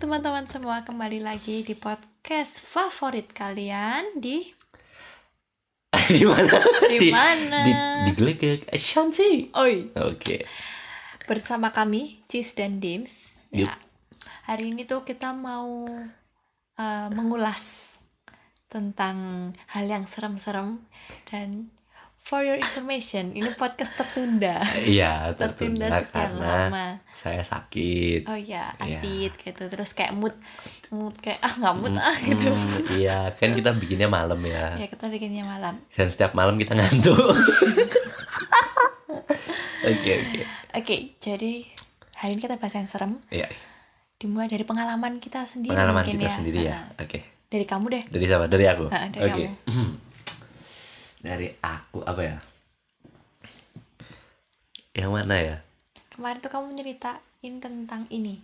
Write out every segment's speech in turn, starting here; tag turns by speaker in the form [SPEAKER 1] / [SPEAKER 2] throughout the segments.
[SPEAKER 1] teman-teman semua kembali lagi di podcast favorit kalian di
[SPEAKER 2] di mana?
[SPEAKER 1] Di mana?
[SPEAKER 2] Di, di Glegek. Eh, Shanti.
[SPEAKER 1] Oi
[SPEAKER 2] Oke.
[SPEAKER 1] bersama kami Cis dan Dims.
[SPEAKER 2] Yup.
[SPEAKER 1] Ya. Hari ini tuh kita mau eh, mengulas tentang hal yang serem-serem dan for your information ini podcast tertunda.
[SPEAKER 2] Iya,
[SPEAKER 1] Tertunda
[SPEAKER 2] tertunda
[SPEAKER 1] sekian
[SPEAKER 2] karena
[SPEAKER 1] lama.
[SPEAKER 2] saya sakit.
[SPEAKER 1] Oh iya,
[SPEAKER 2] Iya.
[SPEAKER 1] atit gitu. Terus kayak mood mood kayak ah nggak mood ah
[SPEAKER 2] Mm,
[SPEAKER 1] gitu.
[SPEAKER 2] mm, iya, kan kita bikinnya malam ya.
[SPEAKER 1] Ya kita bikinnya malam.
[SPEAKER 2] Dan setiap malam kita ngantuk. Oke, oke.
[SPEAKER 1] Oke, jadi hari ini kita bahas yang serem.
[SPEAKER 2] Iya,
[SPEAKER 1] Dimulai dari pengalaman kita sendiri
[SPEAKER 2] pengalaman
[SPEAKER 1] mungkin
[SPEAKER 2] kita sendiri ya.
[SPEAKER 1] Nah,
[SPEAKER 2] Oke.
[SPEAKER 1] Dari kamu deh.
[SPEAKER 2] Dari siapa? Dari aku.
[SPEAKER 1] Ah, dari
[SPEAKER 2] Oke. dari aku apa ya? Yang mana ya?
[SPEAKER 1] Kemarin tuh kamu nyeritain tentang ini.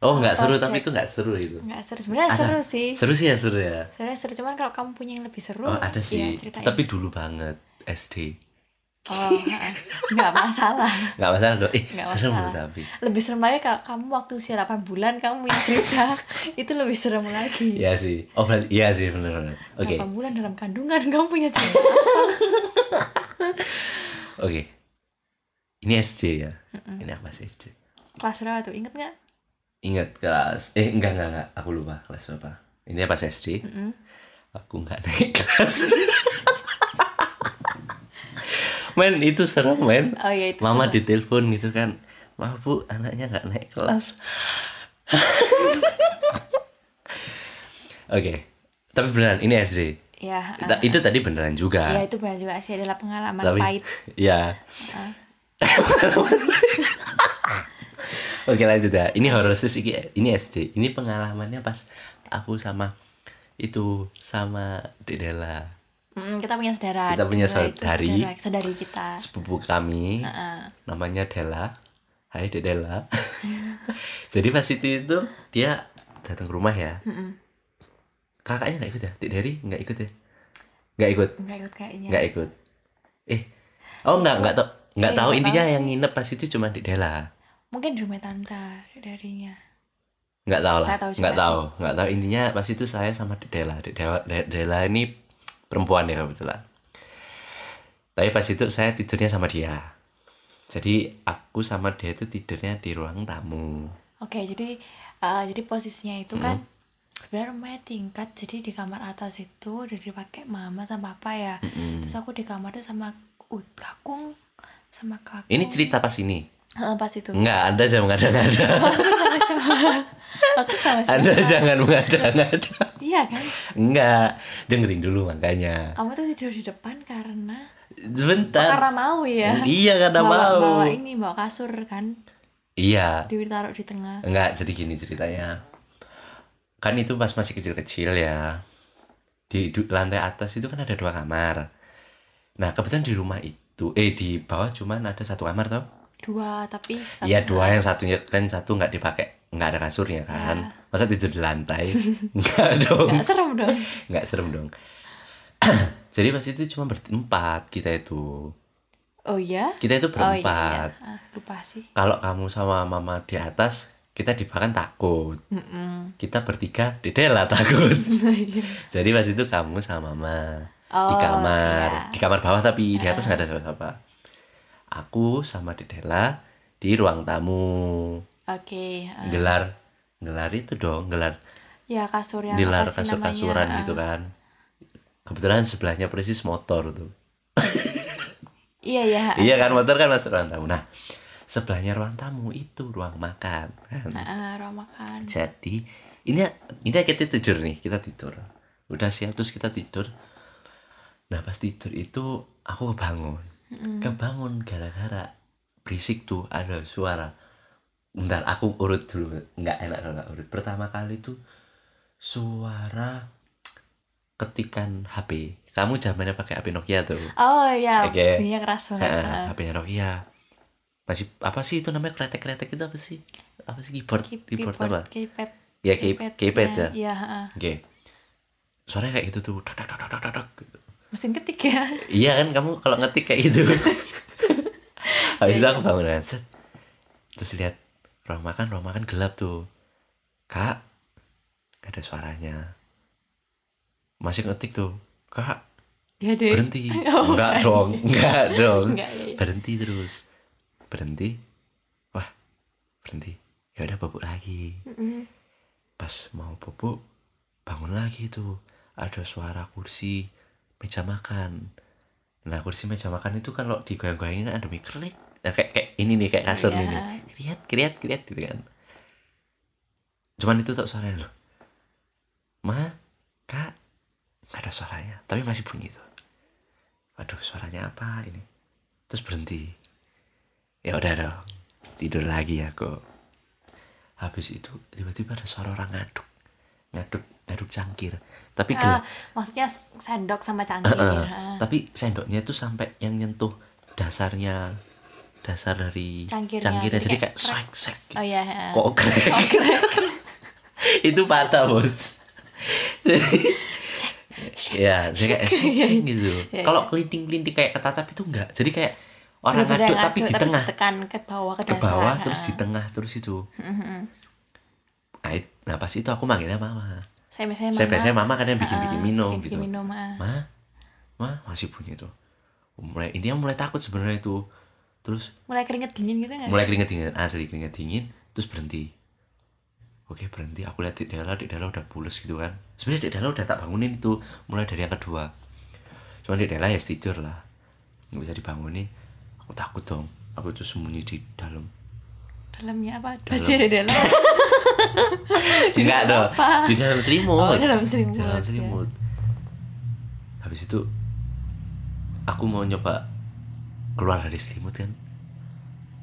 [SPEAKER 2] Oh, nggak seru
[SPEAKER 1] Project.
[SPEAKER 2] tapi itu nggak seru itu.
[SPEAKER 1] Enggak seru. Sebenarnya
[SPEAKER 2] Ada.
[SPEAKER 1] seru sih.
[SPEAKER 2] Seru sih ya seru ya.
[SPEAKER 1] Sebenarnya seru cuman kalau kamu punya yang lebih seru.
[SPEAKER 2] Oh ada sih,
[SPEAKER 1] ya, ceritain.
[SPEAKER 2] tapi dulu banget SD.
[SPEAKER 1] Oh, ha-ha. nggak masalah.
[SPEAKER 2] Nggak masalah dong. Eh,
[SPEAKER 1] Nggak
[SPEAKER 2] serem
[SPEAKER 1] masalah.
[SPEAKER 2] loh tapi.
[SPEAKER 1] Lebih serem aja kalau kamu waktu usia 8 bulan kamu punya cerita. itu lebih serem lagi.
[SPEAKER 2] Iya sih. Oh berarti iya sih benar-benar. Oke,
[SPEAKER 1] 8 bulan dalam kandungan kamu punya cerita.
[SPEAKER 2] oke. Ini SD ya. Ini apa sih SD?
[SPEAKER 1] Kelas berapa tuh? Ingat nggak?
[SPEAKER 2] Ingat kelas? Eh enggak enggak enggak. Aku lupa kelas berapa. Ini pas SD.
[SPEAKER 1] Mm-mm.
[SPEAKER 2] Aku nggak naik kelas. men itu serem men.
[SPEAKER 1] Oh iya itu.
[SPEAKER 2] Mama
[SPEAKER 1] seru.
[SPEAKER 2] ditelepon gitu kan. Maaf bu, anaknya nggak naik kelas. Oke, tapi beneran ini SD.
[SPEAKER 1] Ya, ha-ha.
[SPEAKER 2] Ta- Itu tadi beneran
[SPEAKER 1] ya
[SPEAKER 2] juga.
[SPEAKER 1] itu benar juga sih adalah pengalaman
[SPEAKER 2] tapi
[SPEAKER 1] pahit.
[SPEAKER 2] ya.
[SPEAKER 1] Ah.
[SPEAKER 2] Oke lanjut ya. Ini horor sis iki- ini SD. Ini pengalamannya pas aku sama itu sama Dedela
[SPEAKER 1] Mm, kita punya saudara.
[SPEAKER 2] Kita punya
[SPEAKER 1] Dua itu
[SPEAKER 2] saudari.
[SPEAKER 1] Saudara, saudari kita.
[SPEAKER 2] sepupu kami.
[SPEAKER 1] Heeh.
[SPEAKER 2] namanya Della Hai Dedela jadi pas itu itu dia datang ke rumah ya
[SPEAKER 1] Mm-mm.
[SPEAKER 2] kakaknya nggak ikut ya Dek Dery nggak ikut ya nggak ikut
[SPEAKER 1] Nggak ikut kayaknya.
[SPEAKER 2] nggak ikut eh oh nggak nggak tau nggak
[SPEAKER 1] Eh,
[SPEAKER 2] tahu
[SPEAKER 1] nggak
[SPEAKER 2] intinya
[SPEAKER 1] tahu
[SPEAKER 2] yang nginep pas itu cuma Dedela
[SPEAKER 1] Mungkin di rumah tante darinya.
[SPEAKER 2] nggak tahu lah
[SPEAKER 1] Nggak tahu juga
[SPEAKER 2] nggak
[SPEAKER 1] sih.
[SPEAKER 2] tahu nggak tahu intinya pas itu saya sama Dedela Dedela Dedela ini perempuan ya kebetulan tapi pas itu saya tidurnya sama dia jadi aku sama dia itu tidurnya di ruang tamu
[SPEAKER 1] Oke, jadi eh, jadi posisinya itu kan sebenarnya rumahnya tingkat. Jadi di kamar atas itu udah dipakai mama sama papa ya.
[SPEAKER 2] Mm-mm.
[SPEAKER 1] Terus aku di kamar tuh sama ut kakung sama kakung.
[SPEAKER 2] Ini cerita pas ini.
[SPEAKER 1] Heeh, pas itu.
[SPEAKER 2] Enggak, Anda jangan mengada-ngada.
[SPEAKER 1] Aku sama
[SPEAKER 2] Anda
[SPEAKER 1] siapa?
[SPEAKER 2] jangan mengada-ngada.
[SPEAKER 1] Iya kan?
[SPEAKER 2] Enggak, dengerin dulu makanya.
[SPEAKER 1] Kamu tuh tidur di depan karena
[SPEAKER 2] Sebentar.
[SPEAKER 1] karena mau ya.
[SPEAKER 2] Ah. Iya, karena
[SPEAKER 1] bawa,
[SPEAKER 2] mau.
[SPEAKER 1] bawa ini bawa kasur kan
[SPEAKER 2] Iya.
[SPEAKER 1] ditaruh di tengah
[SPEAKER 2] Enggak, jadi gini ceritanya. Kan itu pas masih kecil-kecil ya. Di du- lantai atas itu kan ada dua kamar. Nah, kebetulan di rumah itu eh di bawah cuman ada satu kamar toh.
[SPEAKER 1] dua tapi satu
[SPEAKER 2] Iya dua yang satunya kan satu nggak dipakai nggak ada kasurnya kan.
[SPEAKER 1] Iya.
[SPEAKER 2] Masa tidur di lantai? Enggak dong.
[SPEAKER 1] nggak serem dong
[SPEAKER 2] nggak serem dong jadi pas itu cuma berempat kita itu
[SPEAKER 1] oh ya
[SPEAKER 2] kita
[SPEAKER 1] oh
[SPEAKER 2] itu
[SPEAKER 1] iya,
[SPEAKER 2] berempat
[SPEAKER 1] iya. Ah, lupa sih
[SPEAKER 2] kalau kamu sama mama di atas kita di bawah kan takut
[SPEAKER 1] Mm-mm.
[SPEAKER 2] kita bertiga dedela takut
[SPEAKER 1] Iya.
[SPEAKER 2] jadi pas itu kamu sama mama
[SPEAKER 1] oh,
[SPEAKER 2] di kamar
[SPEAKER 1] iya. Eh.
[SPEAKER 2] di kamar bawah tapi di atas nggak ada siapa-siapa aku sama dedela di ruang tamu
[SPEAKER 1] oke ah.
[SPEAKER 2] gelar gelar itu dong gelar
[SPEAKER 1] ya kasur yang
[SPEAKER 2] gelar
[SPEAKER 1] apa sih namanya?
[SPEAKER 2] kasur-kasuran
[SPEAKER 1] Eh.
[SPEAKER 2] gitu kan kebetulan sebelahnya persis motor tuh
[SPEAKER 1] Ah, iya ya
[SPEAKER 2] Iya kan motor kan masuk ruang tamu. Nah, sebelahnya ruang tamu itu ruang makan. kan.
[SPEAKER 1] Ah, ah, ruang makan
[SPEAKER 2] Jadi ini ini kita tidur nih, kita tidur. Udah siap terus kita tidur. Nah, pas tidur itu aku kebangun.
[SPEAKER 1] Mm-mm.
[SPEAKER 2] Kebangun gara-gara berisik tuh ada suara. Bentar, aku urut dulu. Nggak enak kalau nggak urut. Pertama kali itu suara ketikan HP. Kamu zamannya pakai HP Nokia tuh.
[SPEAKER 1] oh ya
[SPEAKER 2] Oke.
[SPEAKER 1] bunyinya keras banget
[SPEAKER 2] Heeh,
[SPEAKER 1] ah.
[SPEAKER 2] HP-nya Nokia. Masih apa sih itu namanya kretek-kretek itu apa sih? Apa sih keyboard?
[SPEAKER 1] Key-
[SPEAKER 2] keyboard,
[SPEAKER 1] keyboard
[SPEAKER 2] apa?
[SPEAKER 1] keypad
[SPEAKER 2] Ya key- keypad ya.
[SPEAKER 1] keypadnya. iya ah.
[SPEAKER 2] Oke. Suaranya kayak gitu tuh. Dak, dak, dak, dak, dak, dak, gitu.
[SPEAKER 1] mesin ketik ya
[SPEAKER 2] Iya kan kamu kalau ngetik kayak gitu. Habis itu aku bangun set. Terus lihat ruang makan, ruang makan gelap tuh. kak gak ada suaranya masih ngetik tuh kak
[SPEAKER 1] Gak Iya, deh.
[SPEAKER 2] berhenti
[SPEAKER 1] Oh,
[SPEAKER 2] enggak
[SPEAKER 1] bukan.
[SPEAKER 2] dong enggak dong
[SPEAKER 1] Enggak, ya, ya.
[SPEAKER 2] berhenti terus berhenti wah berhenti ya udah bubuk lagi
[SPEAKER 1] Mm-mm.
[SPEAKER 2] pas mau bubuk bangun lagi tuh ada suara kursi meja makan nah kursi meja makan itu kalau digoyang-goyangin ada mikrolit nah, kayak kayak ini nih kayak kasur
[SPEAKER 1] Iya.
[SPEAKER 2] nih nih kriat kriat kriat gitu kan cuman itu tak suaranya loh ma kak nggak ada suaranya tapi masih bunyi tuh waduh suaranya apa ini terus berhenti ya udah dong tidur lagi aku habis itu tiba-tiba ada suara orang ngaduk ngaduk ngaduk cangkir tapi
[SPEAKER 1] Ah,
[SPEAKER 2] gelap
[SPEAKER 1] maksudnya s- sendok sama cangkir.
[SPEAKER 2] Heeh.
[SPEAKER 1] Ah,
[SPEAKER 2] tapi sendoknya itu sampai yang nyentuh dasarnya dasar dari
[SPEAKER 1] Cangkirnya.
[SPEAKER 2] cangkirnya jadi
[SPEAKER 1] Jadi
[SPEAKER 2] kayak
[SPEAKER 1] kayak
[SPEAKER 2] swag swag
[SPEAKER 1] Oh iya. ah.
[SPEAKER 2] kok krek. itu patah bos jadi ya jadi kayak shake, shake gitu
[SPEAKER 1] Ya,
[SPEAKER 2] kalau kelinting kelinting kayak ketatap itu enggak jadi kayak orang
[SPEAKER 1] Bener-bener
[SPEAKER 2] ngaduk
[SPEAKER 1] yang
[SPEAKER 2] tapi di tengah
[SPEAKER 1] ditekan ke bawah ke
[SPEAKER 2] ke
[SPEAKER 1] dasar.
[SPEAKER 2] bawah terus di
[SPEAKER 1] ah.
[SPEAKER 2] tengah terus itu
[SPEAKER 1] Mm-mm.
[SPEAKER 2] nah, it- nah pas itu aku manggilnya mama
[SPEAKER 1] Saya biasanya
[SPEAKER 2] saya biasanya mama kan yang
[SPEAKER 1] ah,
[SPEAKER 2] bikin bikin minum
[SPEAKER 1] bikin-
[SPEAKER 2] gitu
[SPEAKER 1] bikin minum, ah.
[SPEAKER 2] ma ma masih bunyi itu mulai intinya mulai takut sebenarnya itu terus
[SPEAKER 1] Mulai keringet dingin gitu nggak?
[SPEAKER 2] mulai keringet dingin asli keringet dingin terus berhenti oke berhenti aku lihat di Della di Della udah pules gitu kan sebenarnya di Della udah tak bangunin itu mulai dari yang kedua cuman di Della ya tidur lah nggak bisa dibangunin aku takut dong aku tuh sembunyi di dalam
[SPEAKER 1] Dalamnya apa?
[SPEAKER 2] Dalam.
[SPEAKER 1] Baju ada dalam. Oh,
[SPEAKER 2] enggak dong
[SPEAKER 1] apa?
[SPEAKER 2] di dalam selimut
[SPEAKER 1] Oh, dalam selimut,
[SPEAKER 2] Di dalam
[SPEAKER 1] ya.
[SPEAKER 2] selimut habis itu aku mau nyoba keluar dari selimut kan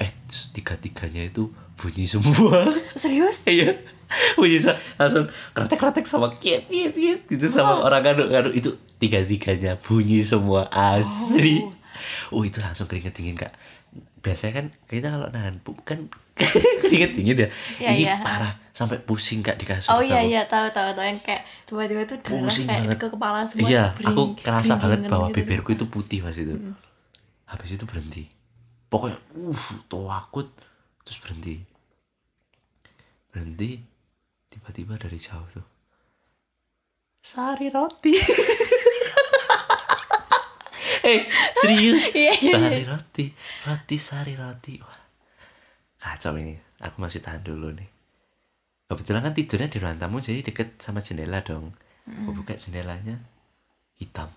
[SPEAKER 2] eh tiga tiganya itu bunyi semua
[SPEAKER 1] Oh, Serius?
[SPEAKER 2] iya bunyi sa- langsung kretek kretek sama kiet kiet kiet gitu sama orang gaduk gaduk itu tiga tiganya bunyi semua asli oh. itu langsung keringet dingin kak biasanya kan kita kalau nahan pup kan keringet dingin ya
[SPEAKER 1] Iya,
[SPEAKER 2] ini
[SPEAKER 1] iya.
[SPEAKER 2] parah sampai pusing kak di kasur
[SPEAKER 1] Oh iya
[SPEAKER 2] tahu.
[SPEAKER 1] iya tahu tahu tahu yang kayak tiba-tiba tuh darah
[SPEAKER 2] Pusing
[SPEAKER 1] kayak
[SPEAKER 2] banget.
[SPEAKER 1] ke kepala semua.
[SPEAKER 2] iya
[SPEAKER 1] bering-
[SPEAKER 2] aku kerasa banget
[SPEAKER 1] beringin
[SPEAKER 2] bahwa
[SPEAKER 1] gitu.
[SPEAKER 2] bibirku itu putih pas itu habis itu berhenti pokoknya uh takut terus berhenti berhenti tiba-tiba dari jauh tuh sari roti eh serius
[SPEAKER 1] Iya iya. iya.
[SPEAKER 2] sari roti roti sari roti wah kacau ini aku masih tahan dulu nih kebetulan kan tidurnya di ruang tamu jadi deket sama jendela dong aku
[SPEAKER 1] Hmm.
[SPEAKER 2] buka jendelanya hitam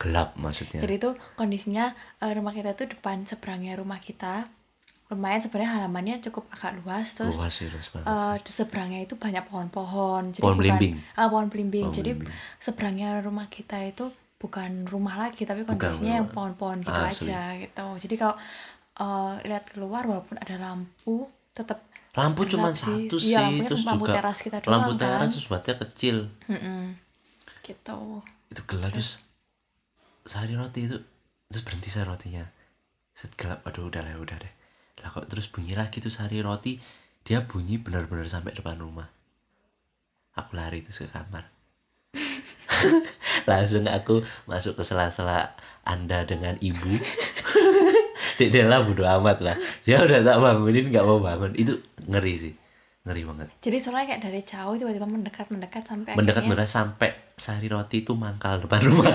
[SPEAKER 2] gelap maksudnya
[SPEAKER 1] Jadi tuh kondisinya eh, rumah kita tuh depan seberangnya rumah kita. Lumayan sebenarnya halamannya cukup agak luas terus
[SPEAKER 2] luas sih luas banget
[SPEAKER 1] eh,
[SPEAKER 2] sih.
[SPEAKER 1] di seberangnya itu banyak pohon-pohon. Jadi
[SPEAKER 2] pohon
[SPEAKER 1] bukan-
[SPEAKER 2] belimbing
[SPEAKER 1] Ah, pohon belimbing.
[SPEAKER 2] Pohon
[SPEAKER 1] Jadi
[SPEAKER 2] belimbing.
[SPEAKER 1] seberangnya rumah kita itu bukan rumah lagi tapi
[SPEAKER 2] Bukan
[SPEAKER 1] kondisinya yang
[SPEAKER 2] rumah. Ah,
[SPEAKER 1] pohon-pohon gitu
[SPEAKER 2] Asli.
[SPEAKER 1] aja gitu. Jadi kalau eh, lihat keluar walaupun ada lampu tetap
[SPEAKER 2] lampu
[SPEAKER 1] gelap
[SPEAKER 2] cuma
[SPEAKER 1] sih.
[SPEAKER 2] Oh, satu
[SPEAKER 1] Iya,
[SPEAKER 2] sih
[SPEAKER 1] lampunya
[SPEAKER 2] terus
[SPEAKER 1] lampu
[SPEAKER 2] juga
[SPEAKER 1] teras kita doang
[SPEAKER 2] lampu teras
[SPEAKER 1] kan.
[SPEAKER 2] terus buatnya kecil
[SPEAKER 1] Mm-mm. Gitu.
[SPEAKER 2] itu gelap terus sehari roti itu terus berhenti sehari rotinya set gelap aduh udah lah udah deh lah kok terus bunyi lagi tuh sehari roti dia bunyi benar-benar sampai depan rumah aku lari terus ke kamar langsung aku masuk ke sela-sela anda dengan ibu Dek Della bodo amat lah dia udah tak bangunin nggak mau bangun itu ngeri sih ngeri banget
[SPEAKER 1] Jadi soalnya kayak dari jauh tiba-tiba mendekat mendekat sampai
[SPEAKER 2] mendekat
[SPEAKER 1] akhirnya-
[SPEAKER 2] mendekat sampai sari roti itu mangkal depan rumah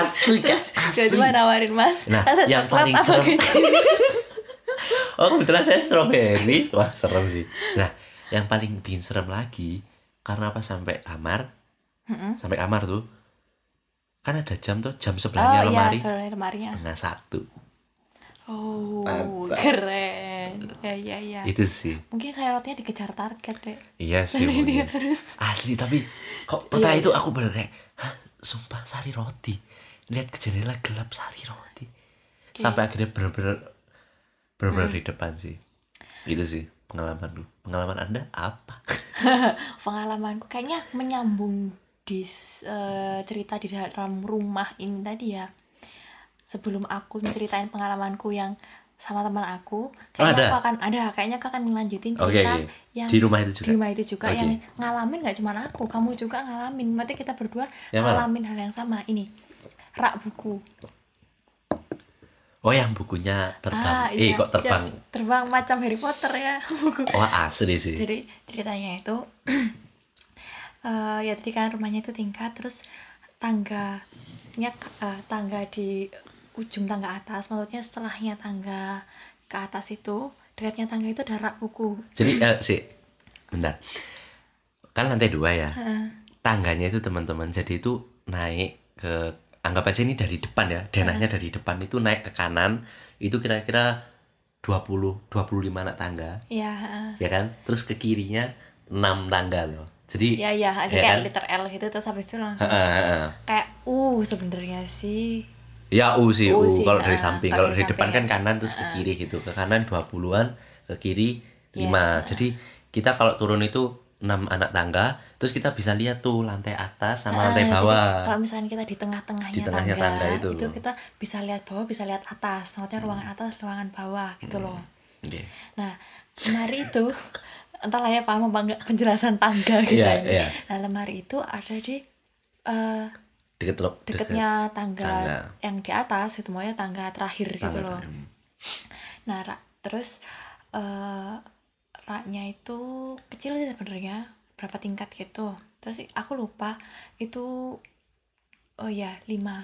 [SPEAKER 2] asli Kak,
[SPEAKER 1] Terus
[SPEAKER 2] asli
[SPEAKER 1] tiba-tiba nawarin mas.
[SPEAKER 2] Nah,
[SPEAKER 1] rasa
[SPEAKER 2] yang
[SPEAKER 1] coklat
[SPEAKER 2] paling
[SPEAKER 1] apa
[SPEAKER 2] serem-
[SPEAKER 1] gitu?
[SPEAKER 2] oh kebetulan saya strawberry wah serem sih nah yang paling bikin serem lagi karena pas sampai kamar
[SPEAKER 1] Mm-mm.
[SPEAKER 2] sampai kamar tuh kan ada jam tuh jam
[SPEAKER 1] Oh
[SPEAKER 2] sebelahnya
[SPEAKER 1] iya,
[SPEAKER 2] lemari
[SPEAKER 1] soalnya lemarinya.
[SPEAKER 2] setengah satu
[SPEAKER 1] Oh,
[SPEAKER 2] Mantap.
[SPEAKER 1] keren. Ya ya ya.
[SPEAKER 2] itu sih
[SPEAKER 1] Mungkin saya rotinya dikejar target deh.
[SPEAKER 2] iya sih
[SPEAKER 1] Karena dia
[SPEAKER 2] mungkin.
[SPEAKER 1] harus.
[SPEAKER 2] asli tapi kok peta
[SPEAKER 1] Iya,
[SPEAKER 2] itu aku bener kayak Hah, sumpah sari roti lihat ke jendela gelap sari roti sampai akhirnya bener-bener
[SPEAKER 1] Hmm.
[SPEAKER 2] bener-bener di depan sih itu sih pengalaman lu pengalaman anda apa
[SPEAKER 1] Pengalamanku kayaknya menyambung di s- eh, cerita di dalam rumah ini tadi ya. Sebelum aku menceritain pengalamanku yang sama teman aku, kayaknya
[SPEAKER 2] Oh, ada?
[SPEAKER 1] aku akan ada, kayaknya aku akan ngelanjutin
[SPEAKER 2] oke
[SPEAKER 1] cerita
[SPEAKER 2] oke.
[SPEAKER 1] yang
[SPEAKER 2] di rumah itu
[SPEAKER 1] di
[SPEAKER 2] juga
[SPEAKER 1] rumah itu juga
[SPEAKER 2] Oke.
[SPEAKER 1] yang ngalamin nggak cuma aku, kamu juga ngalamin. Berarti kita
[SPEAKER 2] Ya,
[SPEAKER 1] berdua
[SPEAKER 2] Yang mana?
[SPEAKER 1] ngalamin hal yang sama ini. Rak buku.
[SPEAKER 2] Oh yang bukunya terbang.
[SPEAKER 1] Ah, iya.
[SPEAKER 2] Eh kok terbang?
[SPEAKER 1] terbang macam Harry Potter ya
[SPEAKER 2] Wah asli sih.
[SPEAKER 1] jadi ceritanya itu eh, ya tadi kan rumahnya itu tingkat terus tangganya eh, tangga di ujung tangga atas maksudnya setelahnya tangga ke atas itu dekatnya tangga itu ada rak buku
[SPEAKER 2] Jadi eh, sih, bentar. Kan lantai dua ya.
[SPEAKER 1] Heeh.
[SPEAKER 2] Tangganya itu teman-teman. Jadi itu naik ke anggap aja ini dari depan ya. Danahnya dari depan itu naik ke kanan. Itu kira-kira 20 25 anak tangga,
[SPEAKER 1] ya heeh.
[SPEAKER 2] ya kan? Terus ke kirinya 6 tangga loh. Jadi
[SPEAKER 1] ya ya ada
[SPEAKER 2] Ya
[SPEAKER 1] kayak
[SPEAKER 2] kan?
[SPEAKER 1] liter L gitu terus habis itu langsung
[SPEAKER 2] heeh, heeh.
[SPEAKER 1] kayak U sebenarnya sih
[SPEAKER 2] Ya U sih,
[SPEAKER 1] U
[SPEAKER 2] U,
[SPEAKER 1] sih,
[SPEAKER 2] kalau dari
[SPEAKER 1] ah,
[SPEAKER 2] samping.
[SPEAKER 1] kalau
[SPEAKER 2] Kalau
[SPEAKER 1] dari
[SPEAKER 2] dari depan kan
[SPEAKER 1] samping
[SPEAKER 2] kanan terus ke
[SPEAKER 1] ah.
[SPEAKER 2] kiri gitu. Ke kanan 20-an, ke kiri
[SPEAKER 1] Yes, ah.
[SPEAKER 2] 5. Jadi kita kalau turun itu 6 anak tangga, terus kita bisa lihat tuh lantai atas sama
[SPEAKER 1] Heeh,
[SPEAKER 2] lantai
[SPEAKER 1] Ah, jadi
[SPEAKER 2] bawah.
[SPEAKER 1] kalau misalnya kita di tengah-tengahnya
[SPEAKER 2] Di tengahnya tangga itu.
[SPEAKER 1] kita bisa lihat bawah bisa lihat atas maksudnya ruangan atas ruangan bawah
[SPEAKER 2] Hmm.
[SPEAKER 1] gitu loh
[SPEAKER 2] Oke.
[SPEAKER 1] lemari itu entahlah ya paham apa enggak penjelasan tangga gitu
[SPEAKER 2] Iya,
[SPEAKER 1] ini.
[SPEAKER 2] iya.
[SPEAKER 1] Nah, lemari itu ada di eh,
[SPEAKER 2] Deket lo- deket
[SPEAKER 1] deketnya tangga,
[SPEAKER 2] tangga.
[SPEAKER 1] yang di atas itu maunya tangga terakhir gitu
[SPEAKER 2] tangga Hmm.
[SPEAKER 1] loh.
[SPEAKER 2] terakhir.
[SPEAKER 1] Nah, rak, terus eh, raknya itu kecil sih sebenarnya, berapa tingkat gitu. Terus aku lupa itu oh ya, 5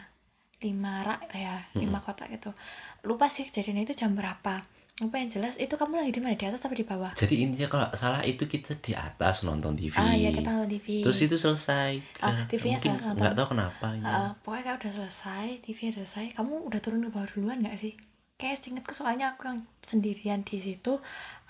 [SPEAKER 1] 5 rak lah ya, 5
[SPEAKER 2] Mm-mm.
[SPEAKER 1] kotak gitu. Lupa sih kejadiannya itu jam berapa. Apa yang jelas itu kamu lagi di mana di atas apa di bawah?
[SPEAKER 2] Jadi intinya kalau nggak salah itu kita di atas nonton TV.
[SPEAKER 1] Ah iya kita nonton TV.
[SPEAKER 2] Terus itu selesai.
[SPEAKER 1] Ah, TV-nya
[SPEAKER 2] Mungkin
[SPEAKER 1] selesai nonton. Ah,
[SPEAKER 2] nggak tahu kenapa ini.
[SPEAKER 1] Heeh, pokoknya kayak udah selesai, TV udah selesai. Kamu udah turun ke bawah duluan nggak sih? Kayak seingetku soalnya aku yang sendirian di situ,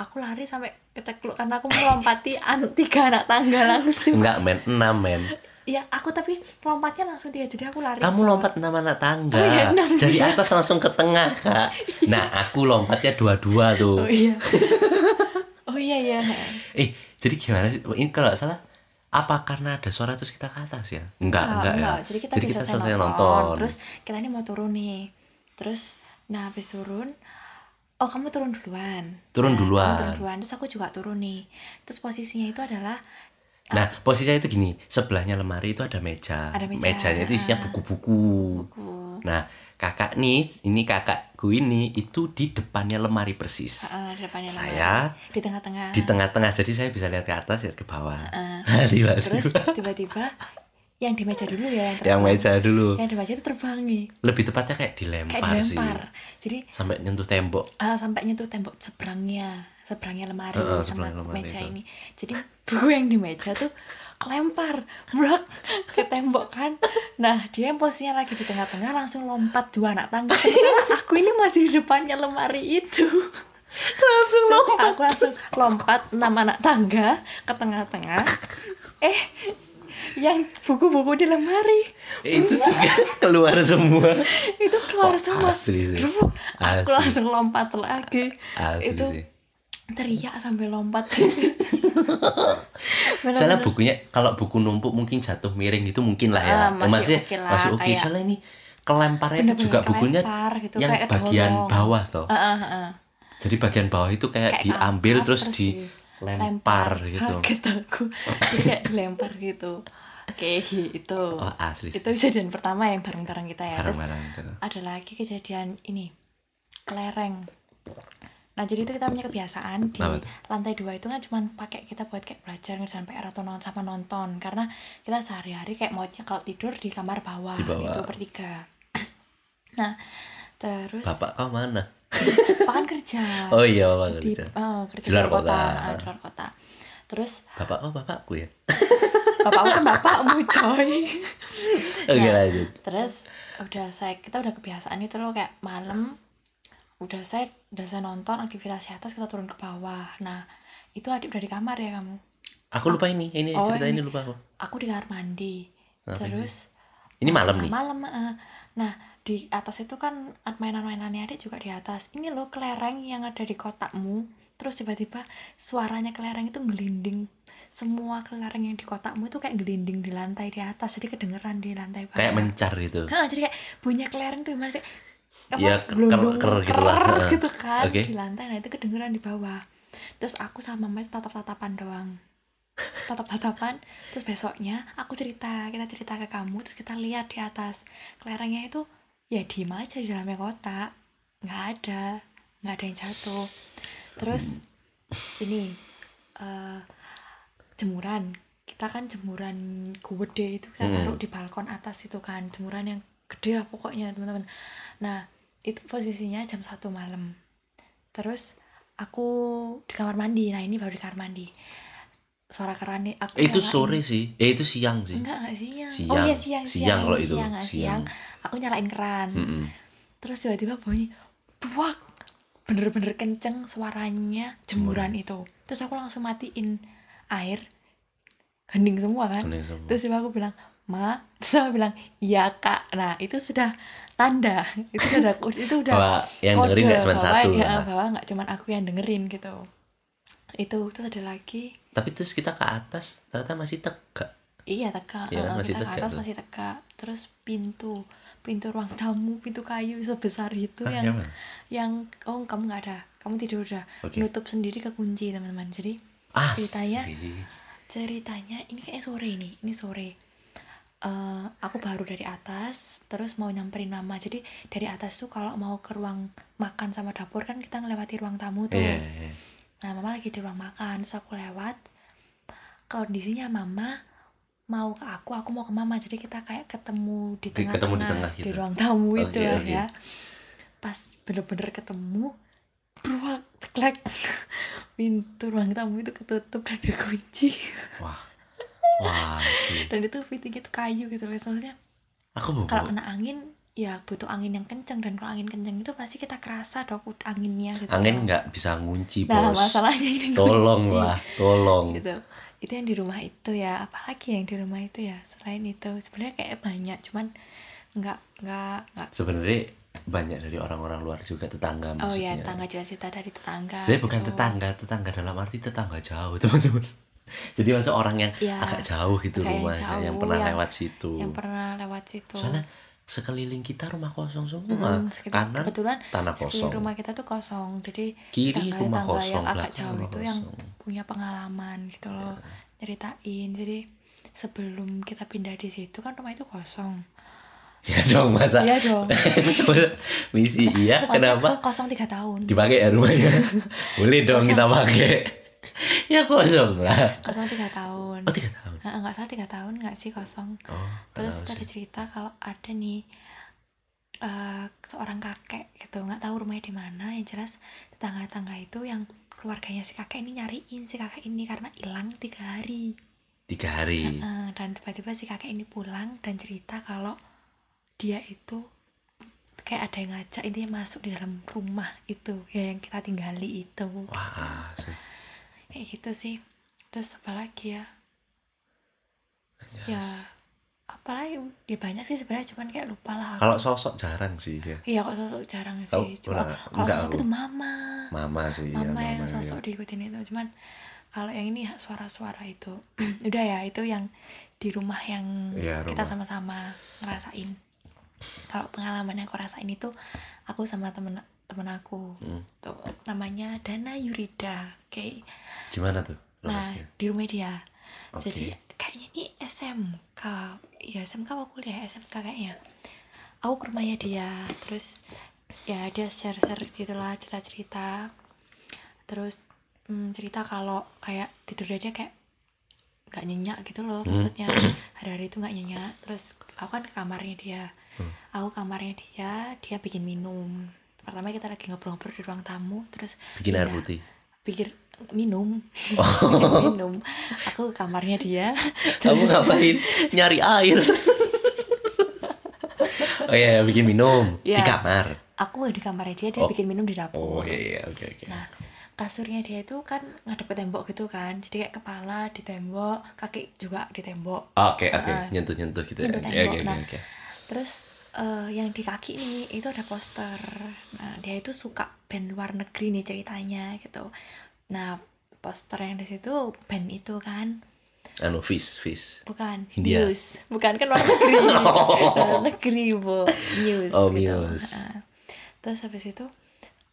[SPEAKER 1] aku lari sampai kecekluk karena aku melompati an tiga anak tangga langsung.
[SPEAKER 2] Enggak men, 6 men.
[SPEAKER 1] Iya, aku tapi lompatnya langsung tiga jadi aku lari.
[SPEAKER 2] Kamu lompat enam anak tangga
[SPEAKER 1] Oh iya, enam.
[SPEAKER 2] dari atas langsung ke tengah kak. Nah aku lompatnya dua-dua
[SPEAKER 1] Oh
[SPEAKER 2] tuh.
[SPEAKER 1] iya. oh iya ya.
[SPEAKER 2] Eh jadi gimana sih? Ini kalau nggak salah apa karena ada suara terus kita ke atas ya? Enggak enggak, ya.
[SPEAKER 1] Jadi kita,
[SPEAKER 2] Jadi
[SPEAKER 1] bisa
[SPEAKER 2] kita
[SPEAKER 1] selesai,
[SPEAKER 2] selesai
[SPEAKER 1] nonton.
[SPEAKER 2] nonton.
[SPEAKER 1] Terus kita ini mau turun nih. Terus nah habis turun Oh kamu turun duluan.
[SPEAKER 2] Turun
[SPEAKER 1] Nah, kamu
[SPEAKER 2] duluan.
[SPEAKER 1] turun duluan. Terus aku juga turun nih. Terus posisinya itu adalah
[SPEAKER 2] Nah posisinya itu gini sebelahnya lemari itu ada meja.
[SPEAKER 1] Ada meja. Ah.
[SPEAKER 2] Mejanya itu isinya buku-buku.
[SPEAKER 1] buku.
[SPEAKER 2] Kakak nih ini kakakku ini itu di depannya lemari persis.
[SPEAKER 1] Heeh, di depannya lemari.
[SPEAKER 2] Saya
[SPEAKER 1] di tengah-tengah.
[SPEAKER 2] di tengah-tengah jadi saya bisa lihat ke atas lihat ke bawah.
[SPEAKER 1] Heeh.
[SPEAKER 2] Tiba-tiba.
[SPEAKER 1] Ah. terus tiba-tiba yang di meja dulu ya yang terbang.
[SPEAKER 2] yang meja dulu
[SPEAKER 1] Yang di meja itu terbang nih,
[SPEAKER 2] lebih tepatnya kayak
[SPEAKER 1] kayak
[SPEAKER 2] dilempar,
[SPEAKER 1] dilempar.
[SPEAKER 2] sih
[SPEAKER 1] Jadi
[SPEAKER 2] sampai nyentuh tembok
[SPEAKER 1] eh, sampai nyentuh tembok seberangnya, seberangnya lemari
[SPEAKER 2] Heeh,
[SPEAKER 1] sama
[SPEAKER 2] seberang lemari
[SPEAKER 1] meja
[SPEAKER 2] itu.
[SPEAKER 1] ini. Jadi buku yang di meja tuh kelempar brak ke tembok kan. Nah, dia yang posisinya lagi di tengah-tengah langsung lompat dua anak tangga. Sementara aku ini masih di depannya lemari itu.
[SPEAKER 2] langsung
[SPEAKER 1] Terus aku langsung lompat enam anak tangga ke tengah-tengah eh yang buku-buku di lemari
[SPEAKER 2] itu juga keluar semua
[SPEAKER 1] itu keluar semua
[SPEAKER 2] asli sih
[SPEAKER 1] Bruk, aku
[SPEAKER 2] Asli.
[SPEAKER 1] langsung lompat lagi
[SPEAKER 2] asli
[SPEAKER 1] Itu
[SPEAKER 2] Ah, sih
[SPEAKER 1] teriak sampai lompat sih
[SPEAKER 2] soalnya bukunya kalau buku numpuk mungkin jatuh miring gitu mungkin lah ya
[SPEAKER 1] Ah, masih
[SPEAKER 2] masih
[SPEAKER 1] oke lah,
[SPEAKER 2] masih oke
[SPEAKER 1] kayak-
[SPEAKER 2] soalnya ini kelemparnya itu
[SPEAKER 1] Bener-bener
[SPEAKER 2] juga bukunya
[SPEAKER 1] kelempar gitu,
[SPEAKER 2] yang
[SPEAKER 1] kayak
[SPEAKER 2] bagian
[SPEAKER 1] kedolong.
[SPEAKER 2] bawah toh
[SPEAKER 1] Ah, ah, ah.
[SPEAKER 2] jadi bagian bawah itu kayak,
[SPEAKER 1] Kayak
[SPEAKER 2] diambil
[SPEAKER 1] angkat,
[SPEAKER 2] terus,
[SPEAKER 1] terus
[SPEAKER 2] dilempar gitu
[SPEAKER 1] kaget aku Jadi kayak dilempar gitu oke itu
[SPEAKER 2] oh asli sih
[SPEAKER 1] itu kejadian pertama yang bareng-bareng kita ya Terus
[SPEAKER 2] barang-barang itu
[SPEAKER 1] ada lagi kejadian ini kelereng nah jadi itu kita punya kebiasaan di
[SPEAKER 2] Apa tuh?
[SPEAKER 1] lantai dua itu kan cuman pakai kita buat kayak belajar gitu, ngerjain PR atau nonton sama nonton karena kita sehari-hari kayak maunya kalau tidur di kamar bawah,
[SPEAKER 2] Di bawah.
[SPEAKER 1] gitu bertiga nah terus
[SPEAKER 2] bapak kau mana
[SPEAKER 1] bapak kan kerja
[SPEAKER 2] oh iya bapak
[SPEAKER 1] di
[SPEAKER 2] kerja
[SPEAKER 1] eh, kerja
[SPEAKER 2] Di luar
[SPEAKER 1] luar kota,
[SPEAKER 2] kota.
[SPEAKER 1] ah, di luar kota terus
[SPEAKER 2] bapak kau bapakku ya
[SPEAKER 1] bapakmu kan bapakmu coy
[SPEAKER 2] oke
[SPEAKER 1] Nah.
[SPEAKER 2] lanjut
[SPEAKER 1] terus udah saya kita udah kebiasaan itu loh kayak malam udah saya udah saya nonton aktivitas di atas kita turun ke bawah nah itu adik udah di kamar ya kamu
[SPEAKER 2] aku lupa ini ini
[SPEAKER 1] Oh,
[SPEAKER 2] cerita
[SPEAKER 1] ini.
[SPEAKER 2] ini lupa aku
[SPEAKER 1] aku di kamar mandi
[SPEAKER 2] Apa ini?
[SPEAKER 1] terus
[SPEAKER 2] Ini malam
[SPEAKER 1] ah,
[SPEAKER 2] nih.
[SPEAKER 1] malam ah. nah di atas itu kan mainan-mainannya adik juga di atas ini loh kelereng yang ada di kotakmu terus tiba-tiba suaranya kelereng itu ngelinding semua kelereng yang di kotakmu itu kayak ngelinding di lantai di atas jadi kedengeran di lantai bawah
[SPEAKER 2] Kayak mencar gitu.
[SPEAKER 1] Hah, jadi kayak bunyinya kelereng tuh gimana sih?
[SPEAKER 2] Ya, ker-
[SPEAKER 1] gelundung,
[SPEAKER 2] ker- ker gitu lah.
[SPEAKER 1] ker
[SPEAKER 2] Heeh.
[SPEAKER 1] gitu kan
[SPEAKER 2] Oke.
[SPEAKER 1] di lantai. Nah, itu kedengeran di bawah. Terus aku sama Mas tatap-tatapan doang. Tatap-tatapan. Terus besoknya aku cerita, kita cerita ke kamu, terus kita lihat di atas. Kelerengnya itu ya diem aja di dalamnya kotak. nggak ada nggak ada yang jatuh terus ini eh, jemuran kita kan jemuran gede itu kita
[SPEAKER 2] Hmm.
[SPEAKER 1] taruh di balkon atas itu kan jemuran yang gede lah pokoknya teman-teman nah itu posisinya jam satu malam terus aku di kamar mandi nah ini baru di kamar mandi suara kerani aku
[SPEAKER 2] Eh, itu
[SPEAKER 1] nyalain.
[SPEAKER 2] sore sih eh itu siang sih
[SPEAKER 1] enggak enggak siang. oh
[SPEAKER 2] Siang.
[SPEAKER 1] iya siang siang
[SPEAKER 2] Siang kalau itu.
[SPEAKER 1] siang, ah, siang.
[SPEAKER 2] Siang. Hmm.
[SPEAKER 1] aku nyalain keran
[SPEAKER 2] Mm-mm.
[SPEAKER 1] terus tiba-tiba bunyi buak bener-bener kenceng suaranya jemuran itu terus aku langsung matiin air hening semua kan
[SPEAKER 2] Aneh semua.
[SPEAKER 1] terus tiba aku bilang ma terus aku bilang iya kak nah itu sudah tanda itu udah itu udah
[SPEAKER 2] Bahwa yang dengerin nggak cuma
[SPEAKER 1] bahwa-
[SPEAKER 2] satu
[SPEAKER 1] ya,
[SPEAKER 2] lah.
[SPEAKER 1] bahwa nggak cuma aku yang dengerin gitu itu terus ada lagi
[SPEAKER 2] tapi terus kita ke atas ternyata masih tegak
[SPEAKER 1] Iya tegak,
[SPEAKER 2] Iya kan,
[SPEAKER 1] Heeh,
[SPEAKER 2] masih
[SPEAKER 1] kita ke
[SPEAKER 2] tegak
[SPEAKER 1] atas
[SPEAKER 2] tuh.
[SPEAKER 1] masih tegak. Terus pintu, pintu ruang tamu, pintu kayu sebesar itu
[SPEAKER 2] Ah,
[SPEAKER 1] yang
[SPEAKER 2] yang mana?
[SPEAKER 1] yang oh kamu nggak ada, kamu tidur udah.
[SPEAKER 2] Oke.
[SPEAKER 1] Nutup sendiri ke kunci teman-teman. Jadi
[SPEAKER 2] ah
[SPEAKER 1] ceritanya-
[SPEAKER 2] sih.
[SPEAKER 1] ceritanya ini kayak sore ini, ini sore. Eh, aku baru dari atas, terus mau nyamperin mama. Jadi dari atas tuh kalau mau ke ruang makan sama dapur kan kita ngelewati ruang tamu tuh.
[SPEAKER 2] Iya, iya.
[SPEAKER 1] Nah, mama lagi di ruang makan, terus aku lewat. Kondisinya mama mau ke aku, aku mau ke mama. Jadi kita kayak ketemu di
[SPEAKER 2] Di-
[SPEAKER 1] tengah,
[SPEAKER 2] ketemu di tengah gitu. iya.
[SPEAKER 1] ruang tamu
[SPEAKER 2] Oke,
[SPEAKER 1] itu lah
[SPEAKER 2] oke.
[SPEAKER 1] ya. Pas bener-bener ketemu, beruang ceklek. Pintu ruang tamu itu ketutup dan dikunci.
[SPEAKER 2] wah wah sih
[SPEAKER 1] Dan itu fitting itu kayu gitu loh. Maksudnya
[SPEAKER 2] aku mau
[SPEAKER 1] kalau kena angin, ya butuh angin yang kenceng. Dan kalau angin kenceng itu pasti kita kerasa dong anginnya gitu.
[SPEAKER 2] angin nggak bisa ngunci
[SPEAKER 1] Nah,
[SPEAKER 2] bos
[SPEAKER 1] masalahnya ini
[SPEAKER 2] tolong
[SPEAKER 1] kunci.
[SPEAKER 2] lah tolong
[SPEAKER 1] gitu itu yang di rumah itu ya apalagi yang di rumah itu ya selain itu sebenarnya kayak banyak cuman nggak nggak nggak
[SPEAKER 2] sebenarnya banyak dari orang-orang luar juga tetangga
[SPEAKER 1] oh
[SPEAKER 2] maksudnya
[SPEAKER 1] ya tetangga jelas cerita dari tetangga
[SPEAKER 2] Sebenarnya bukan
[SPEAKER 1] gitu.
[SPEAKER 2] tetangga tetangga dalam arti tetangga jauh teman-teman jadi maksud orang yang
[SPEAKER 1] ya
[SPEAKER 2] agak jauh gitu
[SPEAKER 1] agak yang
[SPEAKER 2] rumahnya yang,
[SPEAKER 1] jauh,
[SPEAKER 2] pernah
[SPEAKER 1] yang-
[SPEAKER 2] lewat situ
[SPEAKER 1] yang pernah lewat situ
[SPEAKER 2] soalnya sekeliling kita rumah kosong semua
[SPEAKER 1] Gitu. Mm-mm, sekitar-
[SPEAKER 2] kanan
[SPEAKER 1] kebetulan
[SPEAKER 2] tanah
[SPEAKER 1] sekitar
[SPEAKER 2] kosong
[SPEAKER 1] rumah kita tuh kosong jadi
[SPEAKER 2] kiri
[SPEAKER 1] tetangga- tetangga yang
[SPEAKER 2] rumah kosong
[SPEAKER 1] agak
[SPEAKER 2] belakang
[SPEAKER 1] jauh
[SPEAKER 2] rumah
[SPEAKER 1] itu yang-
[SPEAKER 2] kosong.
[SPEAKER 1] punya pengalaman gitu loh
[SPEAKER 2] Iya.
[SPEAKER 1] ceritain jadi sebelum kita pindah di situ kan rumah itu kosong
[SPEAKER 2] ya dong masa
[SPEAKER 1] iya dong
[SPEAKER 2] misi iya kenapa
[SPEAKER 1] Pokoknya kosong tiga tahun
[SPEAKER 2] dipakai ya rumahnya boleh dong kita pakai ya kosong lah
[SPEAKER 1] kosong tiga tahun
[SPEAKER 2] oh tiga tahun
[SPEAKER 1] Nah, nggak salah tiga tahun nggak sih kosong
[SPEAKER 2] oh
[SPEAKER 1] terus
[SPEAKER 2] nggak tahu
[SPEAKER 1] ada
[SPEAKER 2] sih.
[SPEAKER 1] cerita kalau ada nih eh, seorang kakek gitu nggak tahu rumahnya di mana yang jelas tetangga-tetangga itu yang keluarganya si kakek ini nyariin si kakek ini karena hilang tiga hari
[SPEAKER 2] tiga hari
[SPEAKER 1] Eh, dan tiba-tiba si kakek ini pulang dan cerita kalau dia itu kayak ada yang ngajak intinya masuk di dalam rumah itu ya yang kita tinggali itu
[SPEAKER 2] wah sih.
[SPEAKER 1] kayak gitu sih terus apa lagi ya ya apalagi ya banyak sih sebenarnya cuman kayak lupa lah aku.
[SPEAKER 2] kalau sosok jarang sih ya
[SPEAKER 1] iya kok sosok jarang
[SPEAKER 2] Tahu,
[SPEAKER 1] sih cuma
[SPEAKER 2] enggak,
[SPEAKER 1] kalau
[SPEAKER 2] enggak
[SPEAKER 1] sosok
[SPEAKER 2] aku.
[SPEAKER 1] itu mama
[SPEAKER 2] mama sih iya,
[SPEAKER 1] mama yang
[SPEAKER 2] iya.
[SPEAKER 1] sosok diikutin itu cuman kalau yang ini ya, suara-suara itu udah ya itu yang di rumah yang
[SPEAKER 2] Iya,
[SPEAKER 1] kita
[SPEAKER 2] rumah.
[SPEAKER 1] sama-sama ngerasain kalau pengalaman yang aku rasain itu aku sama temen temen aku
[SPEAKER 2] Hmm.
[SPEAKER 1] tuh namanya Dana Yurida oke
[SPEAKER 2] gimana tuh
[SPEAKER 1] Nah,
[SPEAKER 2] lokasinya?
[SPEAKER 1] di rumah dia.
[SPEAKER 2] Oke.
[SPEAKER 1] Jadi kayaknya ini SMK. Ya SMK apa kuliah? SMK kayaknya. Aku ke rumahnya dia. Terus ya dia share-share gitulah cerita-cerita. Terus hmm, cerita kalau kayak tidurnya dia kayak nggak nyenyak gitu loh
[SPEAKER 2] Hmm.
[SPEAKER 1] maksudnya hari-hari itu nggak nyenyak terus aku kan ke kamarnya dia
[SPEAKER 2] Hmm.
[SPEAKER 1] aku kamarnya dia dia bikin minum pertama kita lagi ngobrol-ngobrol di ruang tamu terus
[SPEAKER 2] bikin air
[SPEAKER 1] pindah
[SPEAKER 2] putih
[SPEAKER 1] pikir minum
[SPEAKER 2] Oh.
[SPEAKER 1] minum aku ke kamarnya dia
[SPEAKER 2] kamu ngapain nyari air oh iya iya, bikin minum di
[SPEAKER 1] Iya.
[SPEAKER 2] kamar
[SPEAKER 1] aku di kamarnya dia dia
[SPEAKER 2] Oh.
[SPEAKER 1] bikin minum di dapur
[SPEAKER 2] oh iya iya oke oke
[SPEAKER 1] nah kasurnya dia itu kan ngadep ke tembok gitu kan jadi kayak kepala di tembok kaki juga di tembok
[SPEAKER 2] oke oke
[SPEAKER 1] Nah,
[SPEAKER 2] nyentuh nyentuh gitu
[SPEAKER 1] nyentuh
[SPEAKER 2] Oke,
[SPEAKER 1] tembok.
[SPEAKER 2] oke oke
[SPEAKER 1] Nah,
[SPEAKER 2] oke
[SPEAKER 1] terus eh, yang di kaki nih itu ada poster nah dia itu suka band luar negeri nih ceritanya gitu nah poster yang di situ band itu kan
[SPEAKER 2] anu fish fish
[SPEAKER 1] bukan
[SPEAKER 2] India.
[SPEAKER 1] news bukan kan luar negeri luar negeri bu news
[SPEAKER 2] Oh,
[SPEAKER 1] gitu
[SPEAKER 2] news.
[SPEAKER 1] Heeh. terus habis itu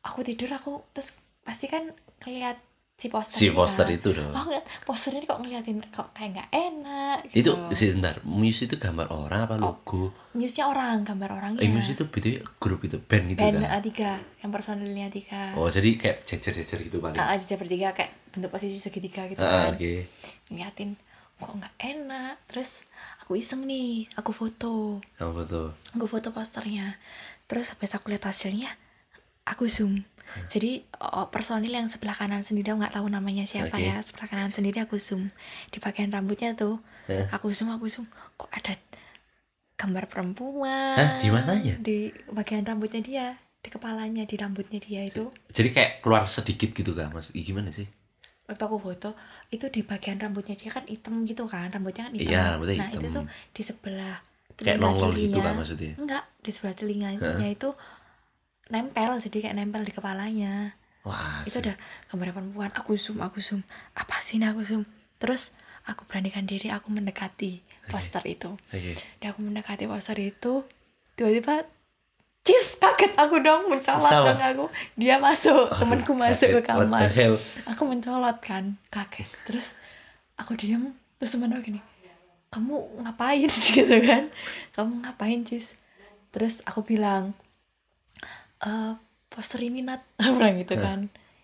[SPEAKER 1] aku tidur aku terus pasti kan keliat si poster
[SPEAKER 2] si
[SPEAKER 1] kita.
[SPEAKER 2] poster itu dong
[SPEAKER 1] oh enggak posternya kok ngeliatin kok kayak nggak enak
[SPEAKER 2] itu
[SPEAKER 1] gitu. Oh,
[SPEAKER 2] sih sebentar muse itu gambar orang apa logo
[SPEAKER 1] muse-nya orang gambar orangnya
[SPEAKER 2] eh muse itu btw grup itu band gitu
[SPEAKER 1] iya. band
[SPEAKER 2] kan
[SPEAKER 1] A3 yang personilnya tiga
[SPEAKER 2] oh jadi kayak jejer-jejer gitu paling
[SPEAKER 1] Ah, jajar bertiga kayak bentuk posisi segitiga gitu
[SPEAKER 2] Ah,
[SPEAKER 1] kan
[SPEAKER 2] oke
[SPEAKER 1] ngeliatin kok nggak enak terus aku iseng nih aku foto
[SPEAKER 2] apa tuh
[SPEAKER 1] aku foto posternya terus habis aku lihat hasilnya aku zoom jadi oh, personil yang sebelah kanan sendiri aku nggak tahu namanya siapa
[SPEAKER 2] Oke.
[SPEAKER 1] ya sebelah kanan sendiri aku zoom di bagian rambutnya tuh
[SPEAKER 2] Hah?
[SPEAKER 1] aku zoom aku zoom kok ada gambar perempuan
[SPEAKER 2] Hah, di mananya?
[SPEAKER 1] di bagian rambutnya dia di kepalanya di rambutnya dia itu
[SPEAKER 2] jadi kayak keluar sedikit gitu kan mas Ih, gimana sih
[SPEAKER 1] waktu aku foto itu di bagian rambutnya dia kan hitam gitu kan rambutnya kan hitam
[SPEAKER 2] Iya, rambutnya
[SPEAKER 1] nah itu
[SPEAKER 2] hitam.
[SPEAKER 1] tuh ya. di sebelah telinga
[SPEAKER 2] kayak nongol
[SPEAKER 1] kirinya.
[SPEAKER 2] gitu kan maksudnya
[SPEAKER 1] enggak di sebelah telinganya itu nempel jadi kayak nempel di kepalanya
[SPEAKER 2] wah
[SPEAKER 1] itu udah gambar perempuan aku zoom aku zoom apa sih ini aku zoom terus aku beranikan diri aku mendekati poster itu
[SPEAKER 2] Oke.
[SPEAKER 1] dan aku mendekati poster itu tiba-tiba cis kaget aku dong mencolot
[SPEAKER 2] Sama.
[SPEAKER 1] dong aku dia masuk
[SPEAKER 2] Aduh,
[SPEAKER 1] temanku
[SPEAKER 2] Oh, kaget.
[SPEAKER 1] masuk ke
[SPEAKER 2] What the
[SPEAKER 1] kamar
[SPEAKER 2] hell?
[SPEAKER 1] aku mencolot kan kaget terus aku diam terus temen aku gini kamu ngapain gitu kan kamu ngapain cis terus aku bilang "Eh, poster ini nat aku bilang gitu
[SPEAKER 2] Hah?
[SPEAKER 1] kan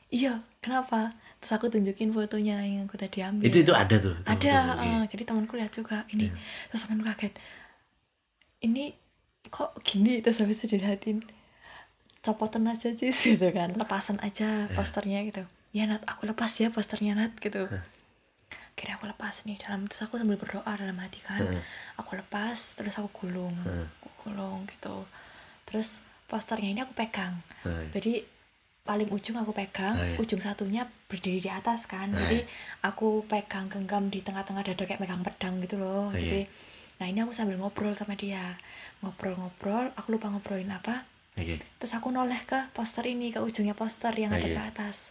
[SPEAKER 1] iya kenapa terus aku tunjukin fotonya yang aku tadi ambil
[SPEAKER 2] itu itu ada tuh tuh,
[SPEAKER 1] ada
[SPEAKER 2] tuh, oke.
[SPEAKER 1] eh, jadi temanku lihat juga ini
[SPEAKER 2] Iya.
[SPEAKER 1] terus temanku kaget ini kok gini terus habis itu dilihatin copotan aja sih gitu kan lepasan aja posternya gitu ya Nat aku lepas ya posternya Nat gitu kira aku lepas nih dalam terus aku sambil berdoa dalam hati kan
[SPEAKER 2] Heeh.
[SPEAKER 1] aku lepas terus aku gulung
[SPEAKER 2] Heeh.
[SPEAKER 1] aku gulung gitu terus posternya ini aku pegang
[SPEAKER 2] Oke.
[SPEAKER 1] jadi paling ujung aku pegang,
[SPEAKER 2] Ah, iya.
[SPEAKER 1] ujung satunya berdiri di atas kan.
[SPEAKER 2] Ah,
[SPEAKER 1] Jadi aku pegang genggam di tengah-tengah dada kayak megang pedang gitu loh.
[SPEAKER 2] Ah, iya.
[SPEAKER 1] Jadi nah ini aku sambil ngobrol sama dia. Ngobrol-ngobrol, aku lupa ngobrolin apa.
[SPEAKER 2] Oke.
[SPEAKER 1] Terus aku noleh ke poster ini, ke ujungnya poster yang
[SPEAKER 2] Ah,
[SPEAKER 1] ada di
[SPEAKER 2] iya.
[SPEAKER 1] atas.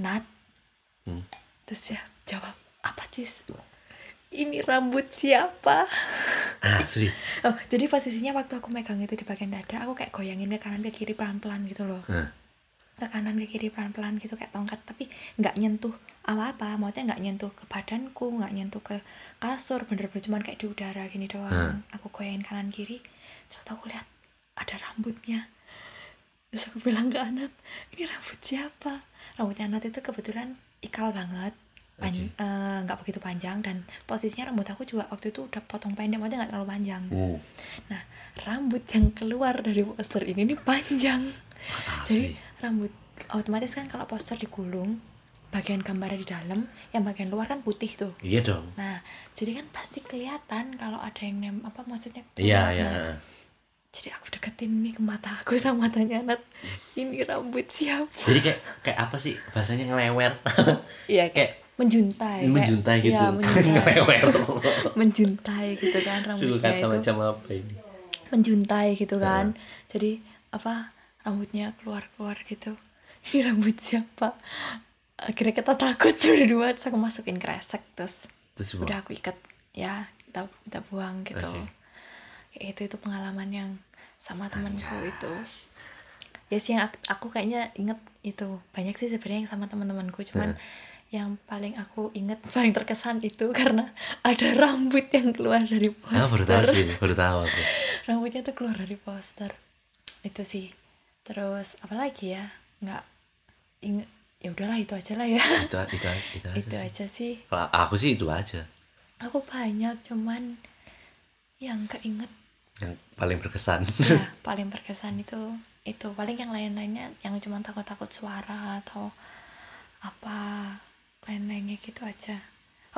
[SPEAKER 1] Nat.
[SPEAKER 2] Hmm.
[SPEAKER 1] Terus ya jawab, "Apa, Cis?" Ini rambut siapa?
[SPEAKER 2] Ah, Asli.
[SPEAKER 1] Oh, jadi posisinya waktu aku megang itu di bagian dada, aku kayak goyangin ke kanan ke kiri pelan-pelan gitu loh
[SPEAKER 2] Heeh.
[SPEAKER 1] ke kanan ke kiri pelan-pelan gitu kayak tongkat tapi nggak nyentuh apa-apa maksudnya nggak nyentuh ke badanku nggak nyentuh ke kasur bener-bener cuman kayak di udara gini doang
[SPEAKER 2] Hmm.
[SPEAKER 1] aku goyangin kanan kiri terus aku lihat ada rambutnya terus aku bilang ke Anat ini rambut siapa rambutnya Anat itu kebetulan ikal banget pan-
[SPEAKER 2] Oke.
[SPEAKER 1] eh, nggak begitu panjang dan posisinya rambut aku juga waktu itu udah potong pendek maksudnya nggak terlalu panjang
[SPEAKER 2] Oh,
[SPEAKER 1] rambut yang keluar dari poster ini ini panjang
[SPEAKER 2] asli.
[SPEAKER 1] jadi rambut otomatis kan kalau poster digulung bagian gambarnya di dalam, yang bagian luar kan putih tuh.
[SPEAKER 2] Iya dong.
[SPEAKER 1] Nah, jadi kan pasti kelihatan kalau ada yang nem apa maksudnya.
[SPEAKER 2] Iya,
[SPEAKER 1] keluar.
[SPEAKER 2] iya.
[SPEAKER 1] Nah, Jadi aku deketin nih ke mata aku sama matanya Nat. Ini rambut siapa?
[SPEAKER 2] Jadi kayak kayak apa sih bahasanya ngelewer?
[SPEAKER 1] Iya kayak
[SPEAKER 2] kayak
[SPEAKER 1] menjuntai. kayak-
[SPEAKER 2] menjuntai gitu.
[SPEAKER 1] Iya, menjuntai.
[SPEAKER 2] ngelewer.
[SPEAKER 1] menjuntai gitu kan rambutnya
[SPEAKER 2] Suruh kata
[SPEAKER 1] itu.
[SPEAKER 2] macam apa ini?
[SPEAKER 1] menjuntai gitu
[SPEAKER 2] Iya.
[SPEAKER 1] kan jadi apa rambutnya keluar keluar gitu ini rambut siapa akhirnya kita takut berdua terus aku masukin kresek terus
[SPEAKER 2] Terus bu-
[SPEAKER 1] udah aku ikat ya kita kita buang gitu
[SPEAKER 2] Oke.
[SPEAKER 1] Kayak itu itu pengalaman yang sama temanku itu ya sih yang ak- aku kayaknya inget itu banyak sih sebenarnya yang sama teman-temanku cuman
[SPEAKER 2] Iya.
[SPEAKER 1] yang paling aku inget paling terkesan itu karena ada rambut yang keluar dari poster
[SPEAKER 2] Ah, baru tahu sih, baru tahu aku.
[SPEAKER 1] rambutnya tuh keluar dari poster itu sih terus apa lagi ya nggak inget ya udahlah itu aja lah ya
[SPEAKER 2] Itu itu itu aja.
[SPEAKER 1] itu
[SPEAKER 2] sih.
[SPEAKER 1] aja sih
[SPEAKER 2] Kalau aku sih itu aja
[SPEAKER 1] aku banyak cuman yang keinget
[SPEAKER 2] yang paling berkesan.
[SPEAKER 1] ya paling berkesan itu itu paling yang lain-lainnya yang cuman takut-takut suara atau apa lain-lainnya gitu aja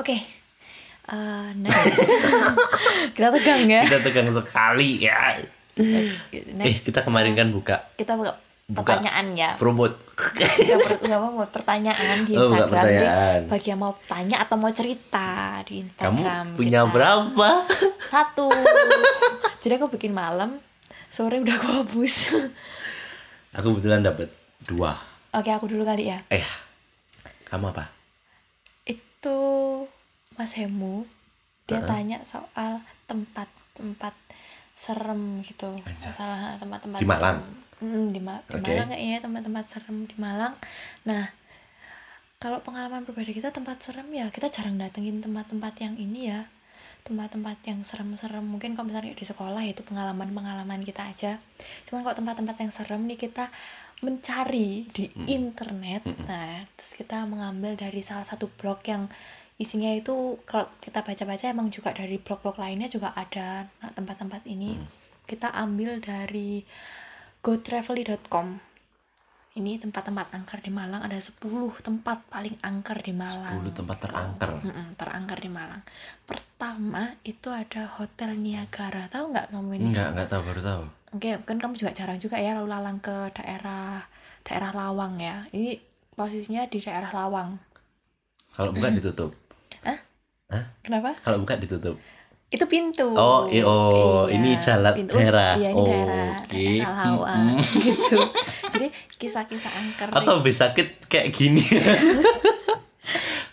[SPEAKER 1] oke eh, next kita tegang ya
[SPEAKER 2] kita tegang sekali ya. Eh,
[SPEAKER 1] next
[SPEAKER 2] kita kemarin kan buka
[SPEAKER 1] kita buka
[SPEAKER 2] Buka.
[SPEAKER 1] pertanyaan ya
[SPEAKER 2] promote.
[SPEAKER 1] Kita per- nggak mau buat pertanyaan di
[SPEAKER 2] Oh,
[SPEAKER 1] Instagram
[SPEAKER 2] buka
[SPEAKER 1] Jadi,
[SPEAKER 2] pertanyaan.
[SPEAKER 1] bagi yang mau tanya atau mau cerita di
[SPEAKER 2] Kamu
[SPEAKER 1] Instagram
[SPEAKER 2] punya
[SPEAKER 1] kita.
[SPEAKER 2] berapa?
[SPEAKER 1] satu jadi aku bikin malam sore udah aku hapus
[SPEAKER 2] Aku kebetulan dapat dua.
[SPEAKER 1] oke aku dulu kali ya
[SPEAKER 2] Eh, kamu apa?
[SPEAKER 1] itu Mas Hemu dia
[SPEAKER 2] Heeh.
[SPEAKER 1] tanya soal tempat-tempat serem gitu
[SPEAKER 2] Anjas.
[SPEAKER 1] masalah tempat-tempat
[SPEAKER 2] Di Malang?
[SPEAKER 1] serem. Mm, di, Ma- di
[SPEAKER 2] Oke.
[SPEAKER 1] Malang kayaknya ya, tempat-tempat serem di Malang nah kalau pengalaman pribadi kita tempat serem ya kita jarang datengin tempat-tempat yang ini ya tempat-tempat yang serem-serem mungkin kalau misalnya di sekolah itu pengalaman-pengalaman kita aja cuman kalau tempat-tempat yang serem nih kita mencari di
[SPEAKER 2] Mm.
[SPEAKER 1] internet
[SPEAKER 2] Mm-mm.
[SPEAKER 1] nah terus kita mengambil dari salah satu blog yang isinya itu kalau kita baca-baca emang juga dari blog-blog lainnya juga ada nah, tempat-tempat ini
[SPEAKER 2] Mm.
[SPEAKER 1] kita ambil dari gotravely.com ini tempat-tempat angker di Malang ada 10 tempat paling angker di Malang
[SPEAKER 2] 10 tempat terangker.
[SPEAKER 1] Mm-mm, terangker di Malang pertama itu ada Hotel Niagara tahu nggak kamu ini
[SPEAKER 2] Enggak, enggak tahu baru tahu.
[SPEAKER 1] Oke, kan kamu juga jarang juga ya lalu lalang ke daerah daerah Lawang ya. Ini posisinya di daerah Lawang.
[SPEAKER 2] Kalau buka
[SPEAKER 1] Hmm.
[SPEAKER 2] ditutup.
[SPEAKER 1] Kenapa?
[SPEAKER 2] Kalau buka ditutup.
[SPEAKER 1] Itu pintu.
[SPEAKER 2] Oh, eh, oh,
[SPEAKER 1] Iya,
[SPEAKER 2] ini jalan
[SPEAKER 1] pintu.
[SPEAKER 2] daerah.
[SPEAKER 1] Iya, ini
[SPEAKER 2] oh,
[SPEAKER 1] daerah,
[SPEAKER 2] Oke.
[SPEAKER 1] daerah Lawang
[SPEAKER 2] Mm-mm.
[SPEAKER 1] gitu. Jadi kisah-kisah angker
[SPEAKER 2] Apa bisa sakit kayak gini?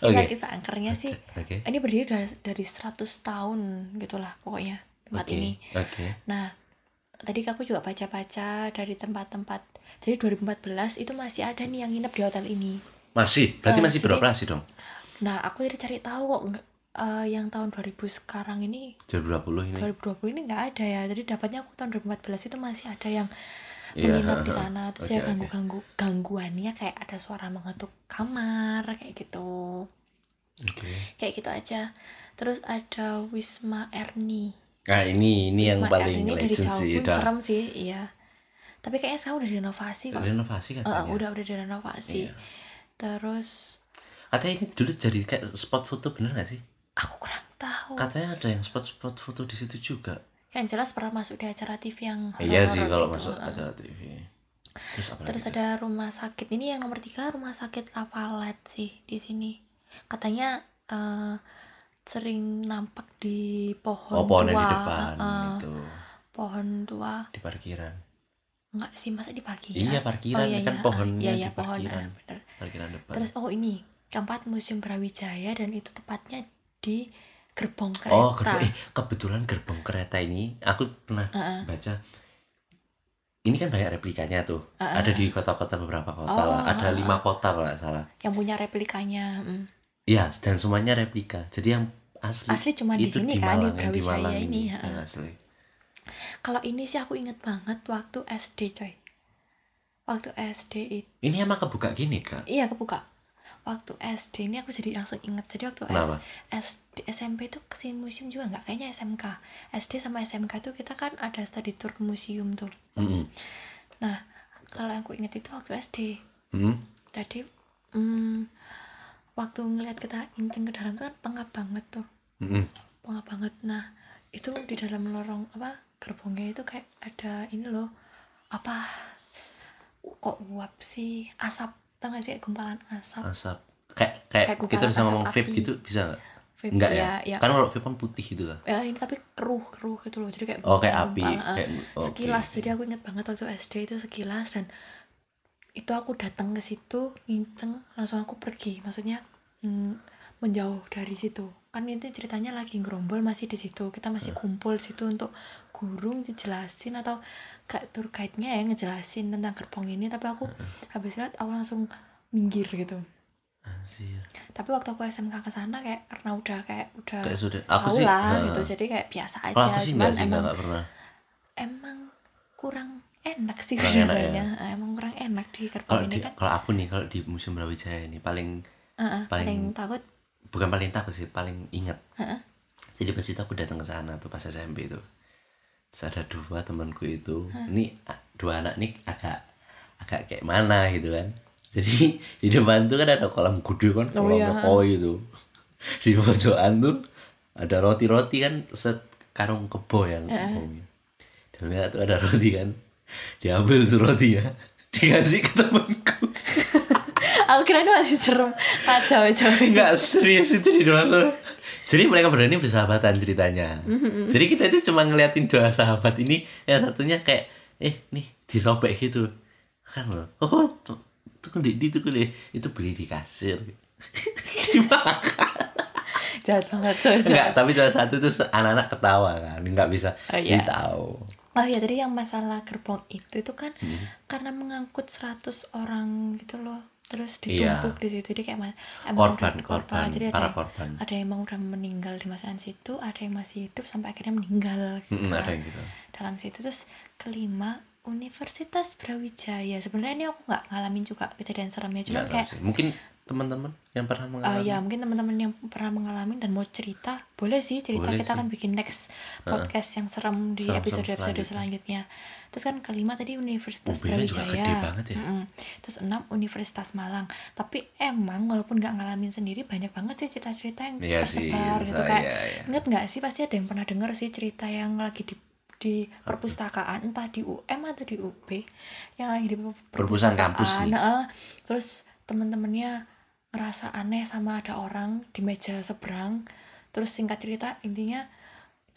[SPEAKER 2] Oke.
[SPEAKER 1] kisah-kisah Iya, angkernya sih
[SPEAKER 2] Oke.
[SPEAKER 1] ini berdiri dari, dari 100 tahun gitulah pokoknya tempat
[SPEAKER 2] Oke.
[SPEAKER 1] ini.
[SPEAKER 2] Oke.
[SPEAKER 1] Nah, tadi aku juga baca-baca dari tempat-tempat. Jadi 2014 itu masih ada nih yang nginep di hotel ini.
[SPEAKER 2] Masih, berarti
[SPEAKER 1] Nah,
[SPEAKER 2] masih
[SPEAKER 1] jadi-
[SPEAKER 2] beroperasi dong.
[SPEAKER 1] Nah, aku jadi cari tahu kok nggak- eh, yang tahun 2000 sekarang ini
[SPEAKER 2] 2020 ini.
[SPEAKER 1] 2020 ini nggak ada ya. Jadi dapatnya aku tahun 2014 itu masih ada yang
[SPEAKER 2] Iya,
[SPEAKER 1] menginap di
[SPEAKER 2] ha, ha.
[SPEAKER 1] sana terus
[SPEAKER 2] Oke,
[SPEAKER 1] ya ganggu-ganggu gangguannya kayak ada suara mengetuk kamar kayak gitu.
[SPEAKER 2] Oke.
[SPEAKER 1] Kayak gitu aja. Terus ada Wisma Erni.
[SPEAKER 2] Nah, ini ini yang
[SPEAKER 1] Wisma
[SPEAKER 2] paling
[SPEAKER 1] Erni dari
[SPEAKER 2] legend
[SPEAKER 1] jauh
[SPEAKER 2] sih.
[SPEAKER 1] pun
[SPEAKER 2] Udah
[SPEAKER 1] serem sih, iya. Tapi kayaknya sekarang udah direnovasi kok.
[SPEAKER 2] renovasi
[SPEAKER 1] Eh,
[SPEAKER 2] katanya.
[SPEAKER 1] udah udah direnovasi.
[SPEAKER 2] Iya.
[SPEAKER 1] Terus
[SPEAKER 2] Katanya ini dulu jadi kayak spot foto bener gak sih?
[SPEAKER 1] aku kurang tahu.
[SPEAKER 2] Katanya ada yang spot-spot foto di situ juga.
[SPEAKER 1] yang jelas pernah masuk di acara TV yang
[SPEAKER 2] Iya
[SPEAKER 1] horor
[SPEAKER 2] sih kalau
[SPEAKER 1] gitu.
[SPEAKER 2] masuk
[SPEAKER 1] Heeh.
[SPEAKER 2] acara TV. Terus apa
[SPEAKER 1] terus
[SPEAKER 2] lagi?
[SPEAKER 1] ada rumah sakit ini yang nomor tiga rumah sakit Lapalet sih di sini katanya eh, sering nampak di pohon
[SPEAKER 2] Oh, pohonnya
[SPEAKER 1] tua Ah,
[SPEAKER 2] di depan gitu.
[SPEAKER 1] Heeh,
[SPEAKER 2] itu,
[SPEAKER 1] pohon tua
[SPEAKER 2] di parkiran.
[SPEAKER 1] enggak sih masa di parkiran
[SPEAKER 2] Iya,
[SPEAKER 1] Oh,
[SPEAKER 2] parkiran
[SPEAKER 1] iya,
[SPEAKER 2] kan
[SPEAKER 1] iya. Ah,
[SPEAKER 2] pohonnya
[SPEAKER 1] iya, iya,
[SPEAKER 2] di
[SPEAKER 1] pohon, ah,
[SPEAKER 2] parkiran,
[SPEAKER 1] bener.
[SPEAKER 2] parkiran depan.
[SPEAKER 1] terus oh ini keempat museum Brawijaya dan itu tepatnya di gerbong kereta Ah,
[SPEAKER 2] oh, gerbong, eh, kebetulan gerbong kereta ini aku pernah
[SPEAKER 1] Heeh,
[SPEAKER 2] baca ini kan banyak replikanya tuh
[SPEAKER 1] heeh,
[SPEAKER 2] ada
[SPEAKER 1] heeh.
[SPEAKER 2] di kota-kota beberapa kota
[SPEAKER 1] Ah, Oh,
[SPEAKER 2] lah ada
[SPEAKER 1] ah, ah,
[SPEAKER 2] lima kota kalau nggak salah
[SPEAKER 1] yang punya replikanya mm.
[SPEAKER 2] iya dan semuanya replika jadi yang asli,
[SPEAKER 1] asli cuma di
[SPEAKER 2] itu
[SPEAKER 1] sini
[SPEAKER 2] di
[SPEAKER 1] kan di
[SPEAKER 2] Malang yang di
[SPEAKER 1] Brawijaya
[SPEAKER 2] Malang
[SPEAKER 1] ini ah,
[SPEAKER 2] ini
[SPEAKER 1] heeh.
[SPEAKER 2] yang asli
[SPEAKER 1] Kalau ini sih aku inget banget waktu SD coy Waktu SD itu
[SPEAKER 2] ini emang kebuka gini kak
[SPEAKER 1] Iya kebuka Waktu SD ini aku jadi langsung inget Jadi waktu
[SPEAKER 2] kenapa
[SPEAKER 1] S- SD, SMP itu kesini museum juga nggak Kayaknya SMK SD sama SMK tuh kita kan ada study tour ke museum tuh
[SPEAKER 2] Mm-mm.
[SPEAKER 1] Kalau yang aku inget itu waktu SD
[SPEAKER 2] Mm-mm.
[SPEAKER 1] Jadi hmm, Waktu ngeliat kita inceng ke dalam tuh kan pengap banget tuh
[SPEAKER 2] Mm-mm.
[SPEAKER 1] Wah banget nah itu di dalam lorong apa gerbongnya itu kayak ada ini loh apa kok uap sih asap tau gak sih gumpalan asap
[SPEAKER 2] asap kayak kayak
[SPEAKER 1] Kayak
[SPEAKER 2] kita
[SPEAKER 1] gumpalan
[SPEAKER 2] bisa
[SPEAKER 1] asap
[SPEAKER 2] ngomong vape
[SPEAKER 1] api.
[SPEAKER 2] gitu bisa nggak
[SPEAKER 1] vape
[SPEAKER 2] enggak
[SPEAKER 1] ya, ya.
[SPEAKER 2] kan kalau vape kan putih gitu lah
[SPEAKER 1] Ya, ini tapi keruh keruh gitu loh jadi kayak
[SPEAKER 2] oh kayak
[SPEAKER 1] gumpalan-
[SPEAKER 2] api
[SPEAKER 1] gumpalan,
[SPEAKER 2] kayak oh,
[SPEAKER 1] ah.
[SPEAKER 2] oke.
[SPEAKER 1] sekilas jadi aku inget banget waktu SD itu sekilas dan itu aku datang ke situ nginceng langsung aku pergi maksudnya hmm, menjauh dari situ kan itu ceritanya lagi ngerombol masih di situ kita
[SPEAKER 2] Eh.
[SPEAKER 1] masih kumpul di situ untuk gurung dijelasin atau kayak tour guide-nya ya ngejelasin tentang gerbong ini tapi aku
[SPEAKER 2] Eh,
[SPEAKER 1] habis lihat aku langsung minggir gitu
[SPEAKER 2] Anjir.
[SPEAKER 1] tapi waktu aku SMK ke sana kayak karena udah kayak udah
[SPEAKER 2] kayak sudah
[SPEAKER 1] tahu
[SPEAKER 2] aku sih
[SPEAKER 1] lah
[SPEAKER 2] nah,
[SPEAKER 1] gitu jadi kayak biasa aja
[SPEAKER 2] kalau aku sih
[SPEAKER 1] cuman emang
[SPEAKER 2] enggak sih enggak, enggak pernah
[SPEAKER 1] emang kurang enak sih
[SPEAKER 2] Kurang
[SPEAKER 1] kurang
[SPEAKER 2] enak ya. Oh,
[SPEAKER 1] emang kurang enak di gerbong
[SPEAKER 2] kalau
[SPEAKER 1] ini
[SPEAKER 2] di
[SPEAKER 1] kan
[SPEAKER 2] kalau aku nih kalau di museum Brawijaya ini paling
[SPEAKER 1] Heeh, paling,
[SPEAKER 2] paling-
[SPEAKER 1] takut
[SPEAKER 2] bukan paling takut sih paling inget
[SPEAKER 1] Heeh.
[SPEAKER 2] jadi pas itu aku datang ke sana tuh pas SMP itu terus ada dua temanku itu ini a- dua anak nih agak agak kayak mana gitu kan jadi di depan tuh kan ada kolam gede kan
[SPEAKER 1] Oh,
[SPEAKER 2] kolam
[SPEAKER 1] iya.
[SPEAKER 2] koi itu di pojokan tuh ada roti roti kan sekarung kebo yang umumnya dan lihat tuh ada roti kan diambil tuh rotinya dikasih ke temanku
[SPEAKER 1] aku kira ini masih serem kacau coy
[SPEAKER 2] Enggak serius itu di doa tuh. Jadi mereka berdua ini bersahabatan ceritanya.
[SPEAKER 1] Mm-hmm.
[SPEAKER 2] Jadi kita itu cuma ngeliatin dua sahabat ini yang satunya kayak eh nih disobek gitu. Kan loh. Oh, tuh tuh di di tuh di itu beli di kasir. Dimakan.
[SPEAKER 1] jahat banget coy
[SPEAKER 2] Enggak, tapi salah satu itu anak-anak ketawa kan. Enggak bisa
[SPEAKER 1] Oh,
[SPEAKER 2] sih
[SPEAKER 1] iya.
[SPEAKER 2] tahu.
[SPEAKER 1] oh ya
[SPEAKER 2] Hmm.
[SPEAKER 1] tadi yang masalah gerbong itu itu kan karena mengangkut 100 orang gitu loh terus
[SPEAKER 2] Iya.
[SPEAKER 1] ditumpuk di situ jadi kayak mas emang
[SPEAKER 2] korban
[SPEAKER 1] udah-
[SPEAKER 2] korban
[SPEAKER 1] jadi ada
[SPEAKER 2] para korban
[SPEAKER 1] ada yang emang udah meninggal dimasukkan situ ada yang masih hidup sampai akhirnya meninggal gitu
[SPEAKER 2] Mm-mm, ada
[SPEAKER 1] kan.
[SPEAKER 2] yang gitu
[SPEAKER 1] dalam situ terus kelima Universitas Brawijaya sebenarnya ini aku nggak ngalamin juga kejadian seremnya cuman
[SPEAKER 2] Nggak tahu
[SPEAKER 1] kayak
[SPEAKER 2] sih. mungkin teman-teman yang pernah
[SPEAKER 1] eh,
[SPEAKER 2] mengalami
[SPEAKER 1] ya mungkin teman-teman yang pernah mengalami dan mau cerita boleh sih cerita
[SPEAKER 2] Boleh
[SPEAKER 1] kita
[SPEAKER 2] sih.
[SPEAKER 1] akan bikin next
[SPEAKER 2] Heeh.
[SPEAKER 1] podcast yang serem di
[SPEAKER 2] Serem-serem
[SPEAKER 1] episode episode
[SPEAKER 2] selanjutnya.
[SPEAKER 1] selanjutnya terus kan kelima tadi Universitas
[SPEAKER 2] UB-nya juga
[SPEAKER 1] Brawijaya
[SPEAKER 2] gede banget ya.
[SPEAKER 1] Mm-mm. terus enam Universitas Malang tapi emang walaupun nggak ngalamin sendiri banyak banget sih cerita-cerita yang
[SPEAKER 2] Iya sih
[SPEAKER 1] tersebar gitu
[SPEAKER 2] saya-
[SPEAKER 1] kayak
[SPEAKER 2] iya.
[SPEAKER 1] Ingat nggak sih pasti ada yang pernah denger sih cerita yang lagi di di perpustakaan entah di UM atau di UB yang lagi di per-
[SPEAKER 2] Perpustakaan eh. kampus
[SPEAKER 1] perpustakaan,
[SPEAKER 2] nih.
[SPEAKER 1] heeh. terus temen-temennya ngerasa aneh sama ada orang di meja seberang terus singkat cerita intinya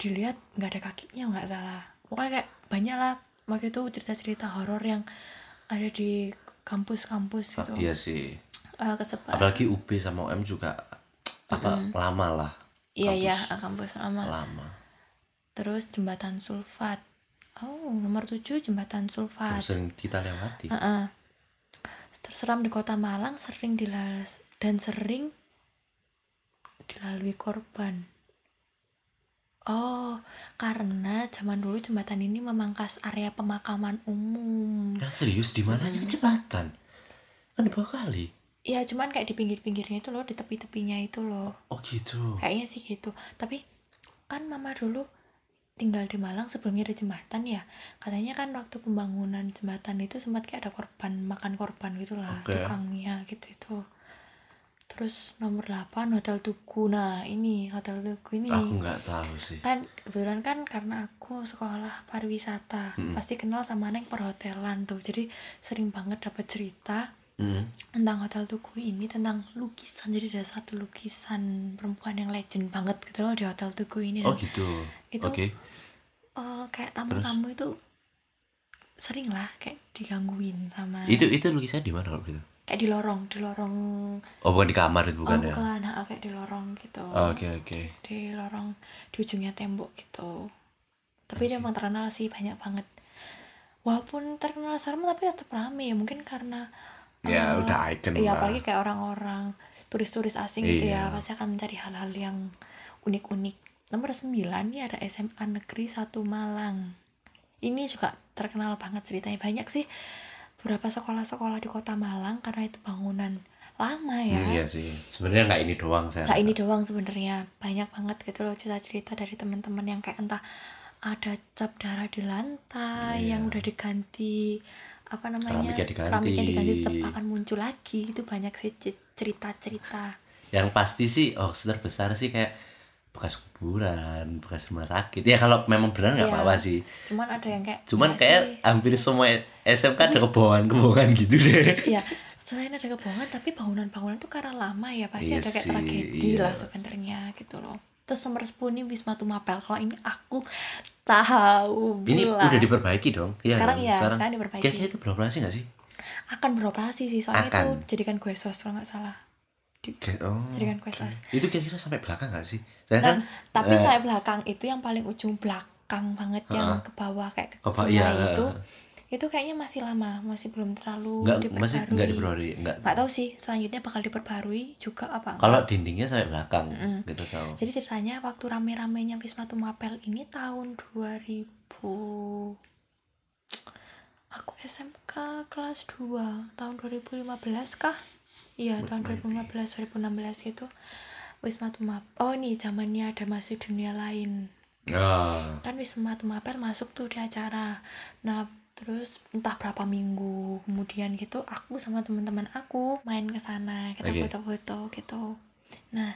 [SPEAKER 1] dilihat nggak ada kakinya nggak salah pokoknya kayak banyak lah waktu itu cerita-cerita horor yang ada di kampus-kampus
[SPEAKER 2] Ah,
[SPEAKER 1] gitu
[SPEAKER 2] iya sih
[SPEAKER 1] Eh, kesebar
[SPEAKER 2] apalagi UB sama UM juga apa
[SPEAKER 1] Mm-mm.
[SPEAKER 2] lama lah
[SPEAKER 1] iya iya
[SPEAKER 2] kampus.
[SPEAKER 1] eh, kampus lama
[SPEAKER 2] lama
[SPEAKER 1] Terus jembatan sulfat. Oh, nomor 7 jembatan
[SPEAKER 2] Yang
[SPEAKER 1] sulfat.
[SPEAKER 2] sering kita lewati
[SPEAKER 1] Heeh. Terseram di kota Malang sering dilalui dan sering dilalui korban. Oh, karena zaman dulu jembatan ini memangkas area pemakaman umum.
[SPEAKER 2] Nah, serius di mana ini kan jembatan kan di bawah kali
[SPEAKER 1] Ya, cuman kayak di pinggir-pinggirnya itu loh, di tepi-tepinya itu loh.
[SPEAKER 2] oh gitu
[SPEAKER 1] Kayaknya sih gitu. Tapi kan mama dulu tinggal di Malang sebelumnya ada jembatan ya. Katanya kan waktu pembangunan jembatan itu sempat kayak ada korban, makan korban gitulah
[SPEAKER 2] Oke.
[SPEAKER 1] tukangnya gitu itu. Terus nomor 8 Hotel Tugu. Nah, ini Hotel Tugu ini.
[SPEAKER 2] aku nggak tahu sih
[SPEAKER 1] Kan kebetulan kan karena aku sekolah pariwisata,
[SPEAKER 2] Mm-mm.
[SPEAKER 1] pasti kenal sama neng perhotelan tuh. Jadi sering banget dapat cerita
[SPEAKER 2] Mm.
[SPEAKER 1] tentang hotel tugu ini tentang lukisan jadi ada satu lukisan perempuan yang legend banget gitu loh di hotel tugu ini
[SPEAKER 2] oh
[SPEAKER 1] Dan,
[SPEAKER 2] gitu
[SPEAKER 1] itu
[SPEAKER 2] oke
[SPEAKER 1] eh, kayak tamu-tamu itu sering lah kayak digangguin sama
[SPEAKER 2] itu itu lukisan di mana kalau gitu
[SPEAKER 1] kayak di lorong di lorong
[SPEAKER 2] oh bukan di kamar itu bukan
[SPEAKER 1] oh
[SPEAKER 2] ya
[SPEAKER 1] bukan ah, kayak di lorong gitu
[SPEAKER 2] Oh, oke oke
[SPEAKER 1] di lorong di ujungnya tembok gitu tapi dia
[SPEAKER 2] I see.
[SPEAKER 1] emang terkenal sih banyak banget walaupun terkenal serem tapi tetap rame ya mungkin karena
[SPEAKER 2] ya
[SPEAKER 1] eh,
[SPEAKER 2] udah icon
[SPEAKER 1] Iya,
[SPEAKER 2] lah
[SPEAKER 1] apalagi kayak orang-orang turis-turis asing gitu ya,
[SPEAKER 2] Iya.
[SPEAKER 1] pasti akan mencari hal-hal yang unik-unik. Nomor 9 nih ada SMA Negeri 1 Malang. Ini juga terkenal banget ceritanya. Banyak sih beberapa sekolah-sekolah di Kota Malang karena itu bangunan lama ya.
[SPEAKER 2] Hmm, iya sih sebenarnya nggak ini doang saya
[SPEAKER 1] Nggak
[SPEAKER 2] rasa.
[SPEAKER 1] ini doang sebenarnya. Banyak banget gitu loh cerita-cerita dari teman-teman yang kayak entah ada cap darah di lantai
[SPEAKER 2] Iya.
[SPEAKER 1] yang udah diganti apa namanya?
[SPEAKER 2] Keramiknya diganti.
[SPEAKER 1] keramiknya diganti tetap akan muncul lagi. Itu banyak sih ce- cerita-cerita.
[SPEAKER 2] yang pasti sih hoax terbesar sih kayak bekas kuburan bekas rumah sakit ya kalau memang benar nggak
[SPEAKER 1] Iya.
[SPEAKER 2] apa-apa sih
[SPEAKER 1] Cuman ada yang kayak
[SPEAKER 2] cuman
[SPEAKER 1] nggak
[SPEAKER 2] kayak
[SPEAKER 1] sih?
[SPEAKER 2] hampir semua SMK ada kebohongan kebohongan gitu deh
[SPEAKER 1] Iya, selain ada kebohongan tapi bangunan-bangunan itu karena lama ya pasti
[SPEAKER 2] Iya
[SPEAKER 1] ada kayak
[SPEAKER 2] sih,
[SPEAKER 1] tragedi
[SPEAKER 2] iya.
[SPEAKER 1] lah sebenarnya gitu loh. Terus nomor 10 ini Wisma Tumapel. Kalau ini aku tahu
[SPEAKER 2] ini
[SPEAKER 1] bulan.
[SPEAKER 2] udah diperbaiki dong Iya
[SPEAKER 1] sekarang
[SPEAKER 2] dong,
[SPEAKER 1] ya,
[SPEAKER 2] sekarang
[SPEAKER 1] sekarang diperbaiki.
[SPEAKER 2] kira-kira itu beroperasi nggak sih
[SPEAKER 1] Akan beroperasi sih soalnya
[SPEAKER 2] Akan.
[SPEAKER 1] itu jadikan gue sos kalau nggak salah.
[SPEAKER 2] Kayak- oh,
[SPEAKER 1] Jadikan kue
[SPEAKER 2] oke.
[SPEAKER 1] saus.
[SPEAKER 2] itu kira-kira sampai belakang nggak sih saya
[SPEAKER 1] Nah,
[SPEAKER 2] kan
[SPEAKER 1] tapi
[SPEAKER 2] Eh.
[SPEAKER 1] saya belakang itu yang paling ujung belakang banget yang
[SPEAKER 2] Heeh.
[SPEAKER 1] ke bawah kayak ke
[SPEAKER 2] apa
[SPEAKER 1] sungai
[SPEAKER 2] iya
[SPEAKER 1] itu itu kayaknya masih lama masih belum terlalu
[SPEAKER 2] nggak
[SPEAKER 1] diperbarui
[SPEAKER 2] masih nggak diperbarui nggak
[SPEAKER 1] Nggak tahu sih selanjutnya bakal diperbarui juga apa
[SPEAKER 2] kalau
[SPEAKER 1] enggak
[SPEAKER 2] dindingnya sampai belakang
[SPEAKER 1] Mm-mm.
[SPEAKER 2] gitu tahu
[SPEAKER 1] jadi ceritanya waktu rame-ramenya Wisma Tumapel ini tahun 2000 aku SMK kelas 2 tahun 2015 kah iya tahun
[SPEAKER 2] Maybe.
[SPEAKER 1] 2015 2016 gitu Wisma Tumapel oh ini zamannya ada masih dunia lain
[SPEAKER 2] Ah,
[SPEAKER 1] kan Wisma Tumapel masuk tuh di acara nah terus entah berapa minggu kemudian gitu aku sama teman-teman aku main ke sana kita
[SPEAKER 2] Oke.
[SPEAKER 1] foto-foto gitu nah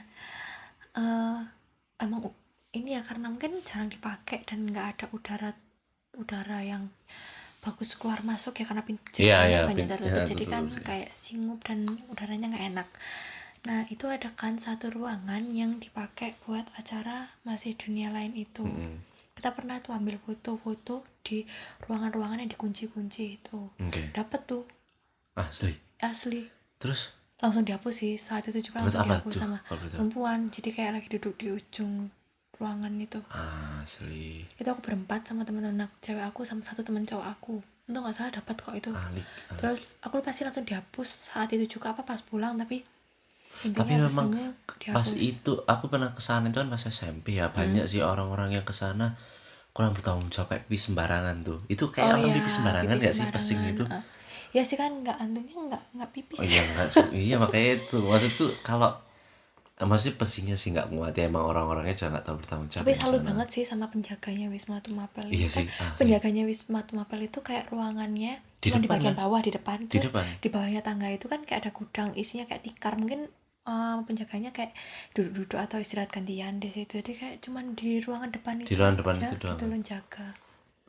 [SPEAKER 1] eh emang u- ini ya karena mungkin jarang dipakai dan nggak ada udara udara yang bagus keluar masuk ya karena pintu
[SPEAKER 2] Iya,
[SPEAKER 1] banyak,
[SPEAKER 2] iya,
[SPEAKER 1] banyak
[SPEAKER 2] pin-
[SPEAKER 1] tertutup
[SPEAKER 2] iya,
[SPEAKER 1] jadi
[SPEAKER 2] tertutup
[SPEAKER 1] kan
[SPEAKER 2] sih.
[SPEAKER 1] kayak singup dan udaranya nggak enak nah itu ada kan satu ruangan yang dipakai buat acara masih dunia lain itu
[SPEAKER 2] mm-mm.
[SPEAKER 1] kita pernah tuh ambil foto-foto di ruangan-ruangan yang dikunci-kunci itu
[SPEAKER 2] oke
[SPEAKER 1] dapat tuh
[SPEAKER 2] ah sorry.
[SPEAKER 1] asli
[SPEAKER 2] terus
[SPEAKER 1] langsung dihapus sih saat itu juga
[SPEAKER 2] dapat
[SPEAKER 1] langsung
[SPEAKER 2] apa
[SPEAKER 1] dihapus
[SPEAKER 2] tuh
[SPEAKER 1] sama
[SPEAKER 2] Kalau gitu? boleh tahu.
[SPEAKER 1] perempuan jadi kayak lagi duduk di ujung ruangan itu
[SPEAKER 2] asli
[SPEAKER 1] itu aku berempat sama teman-teman aku cewek aku sama satu teman cowok aku Untung nggak salah dapat kok itu.
[SPEAKER 2] alik, alik.
[SPEAKER 1] Terus aku pasti langsung dihapus saat itu juga apa pas pulang tapi intinya
[SPEAKER 2] Tapi
[SPEAKER 1] habis
[SPEAKER 2] memang
[SPEAKER 1] nemu
[SPEAKER 2] pas
[SPEAKER 1] dihapus.
[SPEAKER 2] itu aku pernah kesana itu kan pas SMP
[SPEAKER 1] Hmm.
[SPEAKER 2] ya banyak sih orang-orang yang kesana kurang bertanggung jawab kayak pipis sembarangan tuh itu kayak
[SPEAKER 1] Oh
[SPEAKER 2] orang
[SPEAKER 1] iya,
[SPEAKER 2] pipis sembarangan
[SPEAKER 1] pipis
[SPEAKER 2] nggak sih pesing
[SPEAKER 1] sembarangan,
[SPEAKER 2] itu
[SPEAKER 1] ah. Ya sih kan nggak antungnya nggak nggak pipis.
[SPEAKER 2] oh iya enggak sih. iya makanya itu maksudku kalau maksudnya pesingnya sih nggak muat ya emang orang-orangnya juga nggak tahu bertanggung jawab
[SPEAKER 1] Tapi
[SPEAKER 2] yang
[SPEAKER 1] salut
[SPEAKER 2] kesana.
[SPEAKER 1] banget sih sama penjaganya Wisma Atlet Mapel.
[SPEAKER 2] iya
[SPEAKER 1] Kan
[SPEAKER 2] sih asli.
[SPEAKER 1] penjaganya Wisma Atlet Mapel itu kayak ruangannya
[SPEAKER 2] Di
[SPEAKER 1] cuma di
[SPEAKER 2] depan
[SPEAKER 1] bagian
[SPEAKER 2] kan?
[SPEAKER 1] bawah di depan
[SPEAKER 2] di
[SPEAKER 1] terus
[SPEAKER 2] depan
[SPEAKER 1] di bawahnya tangga itu kan kayak ada gudang isinya kayak tikar mungkin eh, penjaganya kayak duduk-duduk atau istirahat gantian di situ jadi kayak cuman di ruangan depan
[SPEAKER 2] Di ruangan depan
[SPEAKER 1] aja
[SPEAKER 2] itu doang.
[SPEAKER 1] gitu loh jaga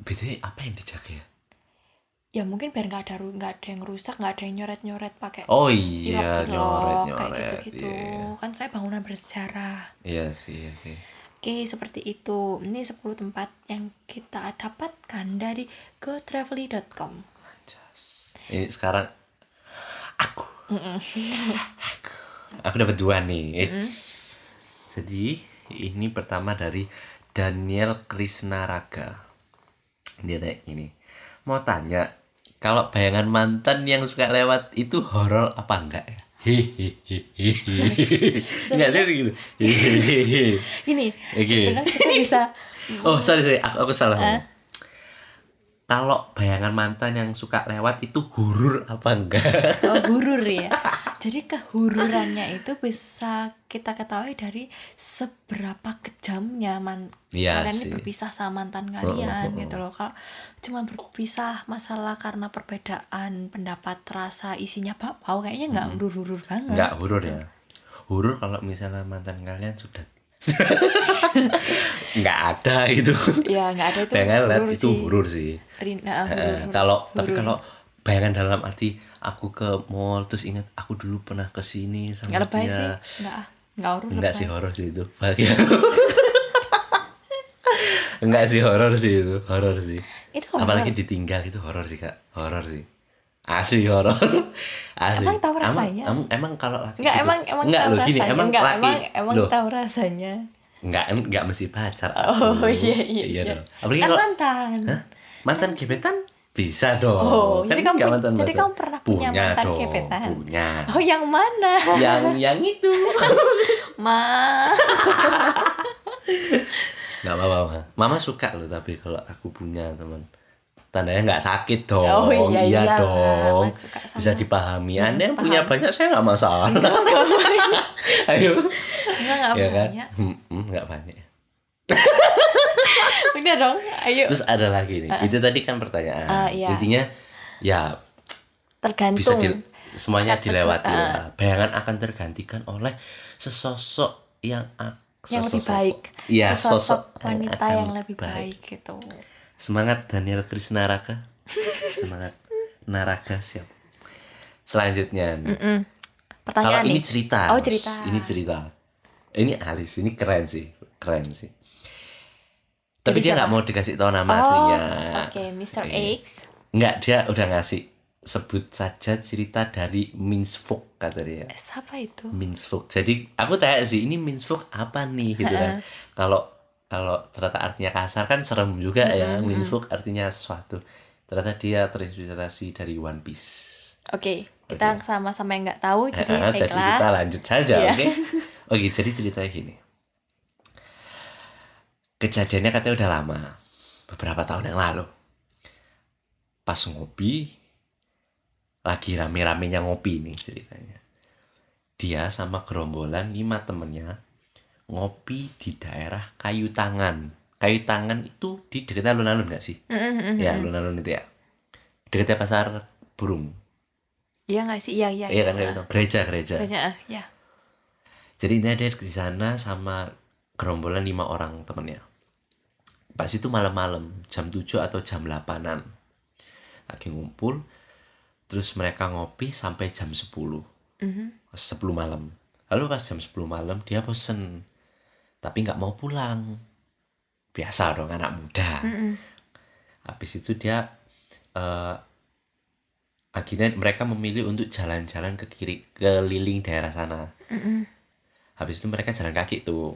[SPEAKER 2] btw apa yang dijaga ya
[SPEAKER 1] ya mungkin biar nggak ada ru- nggak ada yang rusak nggak ada yang nyoret-nyoret pakai
[SPEAKER 2] oh
[SPEAKER 1] ilok-ilok,
[SPEAKER 2] iya nyoret
[SPEAKER 1] kayak
[SPEAKER 2] nyoret
[SPEAKER 1] gitu-gitu
[SPEAKER 2] iya
[SPEAKER 1] kan saya bangunan bersejarah
[SPEAKER 2] Iya sih iya sih
[SPEAKER 1] Oke, seperti itu. Ini 10 tempat yang kita dapatkan dari gotravelly.com.
[SPEAKER 2] Jas. ini sekarang aku
[SPEAKER 1] Mm-mm.
[SPEAKER 2] aku dapat dua nih. Eits. Jadi ini pertama dari Daniel Krisnaraga. Dia kayak gini. Mau tanya, kalau bayangan mantan yang suka lewat itu horor apa enggak ya? Hehehe. Enggak dia gitu. Hehehe.
[SPEAKER 1] Gini,
[SPEAKER 2] Oke.
[SPEAKER 1] sebenarnya Eh? kita bisa
[SPEAKER 2] Iya. Oh, sorry sorry, aku aku salah. ngomong. Kalau bayangan mantan yang suka lewat itu horor apa enggak?
[SPEAKER 1] oh, hurur ya. Jadi kehururannya itu bisa kita ketahui dari seberapa kejamnya man
[SPEAKER 2] Iya
[SPEAKER 1] kalian ini
[SPEAKER 2] sih.
[SPEAKER 1] berpisah sama mantan kalian
[SPEAKER 2] oh, oh.
[SPEAKER 1] gitu loh. Kalau cuma berpisah masalah karena perbedaan pendapat rasa isinya bau kayaknya nggak hurur-hurur banget.
[SPEAKER 2] Enggak horor ya.
[SPEAKER 1] Iya.
[SPEAKER 2] Horor kalau misalnya mantan kalian sudah nggak ada itu.
[SPEAKER 1] Ya nggak ada itu
[SPEAKER 2] Bayangan lihat
[SPEAKER 1] hurur
[SPEAKER 2] itu
[SPEAKER 1] sih.
[SPEAKER 2] horor sih.
[SPEAKER 1] Rin- nah,
[SPEAKER 2] Eh,
[SPEAKER 1] hurur-hurur.
[SPEAKER 2] kalau tapi
[SPEAKER 1] Hurur.
[SPEAKER 2] kalau bayangan dalam arti aku ke mall terus ingat aku dulu pernah ke sini sama
[SPEAKER 1] Nggak lebay
[SPEAKER 2] dia.
[SPEAKER 1] sih. Nggak ah. Nggak horor
[SPEAKER 2] Enggak
[SPEAKER 1] lebay.
[SPEAKER 2] sih horor sih itu. Bagi aku. Enggak sih horor sih itu, horor sih.
[SPEAKER 1] Itu horor.
[SPEAKER 2] Apalagi ditinggal itu horor sih, Kak. Horor sih. Asli horor. Asli.
[SPEAKER 1] Emang tahu rasanya?
[SPEAKER 2] Emang, emang kalau laki
[SPEAKER 1] Enggak,
[SPEAKER 2] gitu-
[SPEAKER 1] emang emang
[SPEAKER 2] Enggak,
[SPEAKER 1] tahu
[SPEAKER 2] loh, gini,
[SPEAKER 1] rasanya.
[SPEAKER 2] emang
[SPEAKER 1] Nggak,
[SPEAKER 2] laki
[SPEAKER 1] emang emang
[SPEAKER 2] Loh,
[SPEAKER 1] tahu rasanya.
[SPEAKER 2] Enggak, em- enggak mesti pacar.
[SPEAKER 1] Oh,
[SPEAKER 2] aku.
[SPEAKER 1] iya, iya, iya.
[SPEAKER 2] dong. Apalagi
[SPEAKER 1] Kan
[SPEAKER 2] kalau
[SPEAKER 1] mantan.
[SPEAKER 2] Hah? mantan gebetan bisa dong.
[SPEAKER 1] Oh,
[SPEAKER 2] Kan
[SPEAKER 1] jadi kamu
[SPEAKER 2] enggak
[SPEAKER 1] pu-
[SPEAKER 2] mantan
[SPEAKER 1] jadi
[SPEAKER 2] pacar.
[SPEAKER 1] kamu pernah punya mantan
[SPEAKER 2] dong,
[SPEAKER 1] gebetan?
[SPEAKER 2] Punya.
[SPEAKER 1] Oh, yang mana?
[SPEAKER 2] yang yang itu.
[SPEAKER 1] Ma.
[SPEAKER 2] Enggak apa-apa, Ma. Mama suka loh tapi kalau aku punya, teman. Tandanya enggak sakit dong.
[SPEAKER 1] Oh, iya, iyalah.
[SPEAKER 2] dong.
[SPEAKER 1] Mas suka sama-
[SPEAKER 2] Bisa dipahami.
[SPEAKER 1] Hmm,
[SPEAKER 2] Anda yang
[SPEAKER 1] paham. Iya.
[SPEAKER 2] punya banyak saya enggak masalah. Ayo.
[SPEAKER 1] Enggak enggak
[SPEAKER 2] Ya kan?
[SPEAKER 1] punya.
[SPEAKER 2] Hmm, enggak banyak.
[SPEAKER 1] Udah dong, ayo.
[SPEAKER 2] Terus ada lagi nih. Itu tadi kan pertanyaan.
[SPEAKER 1] Eh, Ah, iya.
[SPEAKER 2] Intinya ya bisa
[SPEAKER 1] Tergantung.
[SPEAKER 2] di- semuanya
[SPEAKER 1] Betul,
[SPEAKER 2] dilewati
[SPEAKER 1] ah.
[SPEAKER 2] lah. Bayangan akan tergantikan oleh sesosok yang ak-
[SPEAKER 1] yang lebih
[SPEAKER 2] sosok-
[SPEAKER 1] baik.
[SPEAKER 2] Iya,
[SPEAKER 1] Sesosok
[SPEAKER 2] sosok
[SPEAKER 1] wanita
[SPEAKER 2] akan Hmm.
[SPEAKER 1] yang lebih baik, gitu.
[SPEAKER 2] Semangat Daniel Krisna Raka. Semangat Naraka siap. Selanjutnya, nih.
[SPEAKER 1] Mm-mm.
[SPEAKER 2] kalau
[SPEAKER 1] Pertanyaan
[SPEAKER 2] ini
[SPEAKER 1] Hmm, nih.
[SPEAKER 2] cerita,
[SPEAKER 1] Oh,
[SPEAKER 2] Mas.
[SPEAKER 1] cerita.
[SPEAKER 2] ini cerita, ini alis, ini keren sih, keren sih. Tapi
[SPEAKER 1] Jadi
[SPEAKER 2] dia nggak
[SPEAKER 1] siapa?
[SPEAKER 2] mau dikasih tahu nama
[SPEAKER 1] Oh,
[SPEAKER 2] aslinya.
[SPEAKER 1] Oke, Mr.
[SPEAKER 2] Iya.
[SPEAKER 1] X.
[SPEAKER 2] Nggak, dia udah ngasih sebut saja cerita dari Minsfolk kata dia.
[SPEAKER 1] Eh, Siapa itu?
[SPEAKER 2] Minsfolk. Jadi aku tanya sih ini Minsfolk apa nih gitu kan. Kalau kalau ternyata artinya kasar kan serem juga ya. Minsfolk artinya sesuatu. Ternyata dia terinspirasi dari One Piece.
[SPEAKER 1] Oke, kita sama-sama yang nggak tahu, jadi
[SPEAKER 2] Nah, jadi
[SPEAKER 1] baiklah.
[SPEAKER 2] kita lanjut saja,
[SPEAKER 1] Iya.
[SPEAKER 2] oke? Oke, jadi ceritanya gini. Kejadiannya katanya udah lama. Beberapa tahun yang lalu. Pas ngopi, lagi rame-ramenya ngopi nih ceritanya. Dia sama gerombolan lima temennya ngopi di daerah Kayu Tangan. Kayu Tangan itu di dekat alun-alun gak sih?
[SPEAKER 1] Mm-mm,
[SPEAKER 2] Ya,
[SPEAKER 1] mm-mm.
[SPEAKER 2] alun-alun itu ya. Dekatnya pasar burung.
[SPEAKER 1] Iya nggak sih? Iya, iya.
[SPEAKER 2] Iya kan kayak gitu. Gereja, gereja.
[SPEAKER 1] Banyak, ah, ya.
[SPEAKER 2] Jadi ini ada di sana sama gerombolan lima orang temennya. Pas itu malam-malam, jam 7 atau jam 8-an. Lagi ngumpul, terus mereka ngopi sampai jam 10,
[SPEAKER 1] Mhm.
[SPEAKER 2] 10 malam. Lalu pas jam 10 malam dia bosen, tapi nggak mau pulang. Biasa dong anak muda.
[SPEAKER 1] Mm-mm.
[SPEAKER 2] Habis itu dia eh, akhirnya mereka memilih untuk jalan-jalan ke kiri keliling daerah sana.
[SPEAKER 1] Mm-mm.
[SPEAKER 2] Habis itu mereka jalan kaki tuh.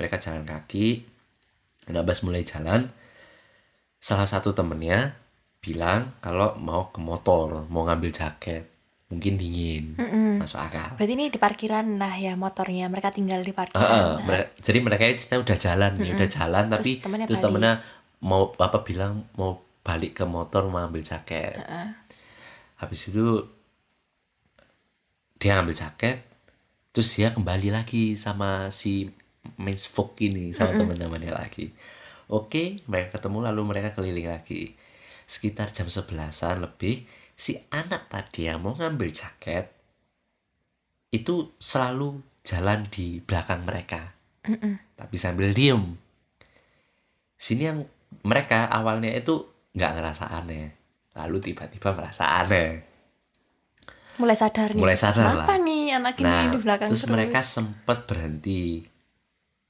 [SPEAKER 2] Mereka jalan kaki. Nah, pas mulai jalan, salah satu temennya bilang kalau mau ke motor mau ngambil jaket mungkin dingin
[SPEAKER 1] Mm-mm.
[SPEAKER 2] masuk akal
[SPEAKER 1] mm-hmm. Berarti ini di parkiran lah ya motornya. Mereka tinggal di parkiran.
[SPEAKER 2] Heeh,
[SPEAKER 1] Nah,
[SPEAKER 2] mere- jadi mereka ini ceritanya udah jalan nih
[SPEAKER 1] Mm-mm.
[SPEAKER 2] udah jalan tapi
[SPEAKER 1] terus temennya
[SPEAKER 2] terus
[SPEAKER 1] balik.
[SPEAKER 2] temennya mau apa bilang mau balik ke motor mau ambil jaket
[SPEAKER 1] Heeh.
[SPEAKER 2] habis itu dia ngambil jaket terus dia kembali lagi sama si Miss Fok ini sama
[SPEAKER 1] Mm-mm.
[SPEAKER 2] teman-temannya lagi oke mereka ketemu lalu mereka keliling lagi sekitar jam 11-an lebih si anak tadi yang mau ngambil jaket itu selalu jalan di belakang mereka
[SPEAKER 1] Mm-mm.
[SPEAKER 2] tapi sambil diem sini yang mereka awalnya itu nggak ngerasa aneh lalu tiba-tiba merasa aneh
[SPEAKER 1] Mulai sadar nih.
[SPEAKER 2] mulai sadar lah
[SPEAKER 1] Kenapa nih anak ini
[SPEAKER 2] nah
[SPEAKER 1] di belakang
[SPEAKER 2] terus mereka sempat berhenti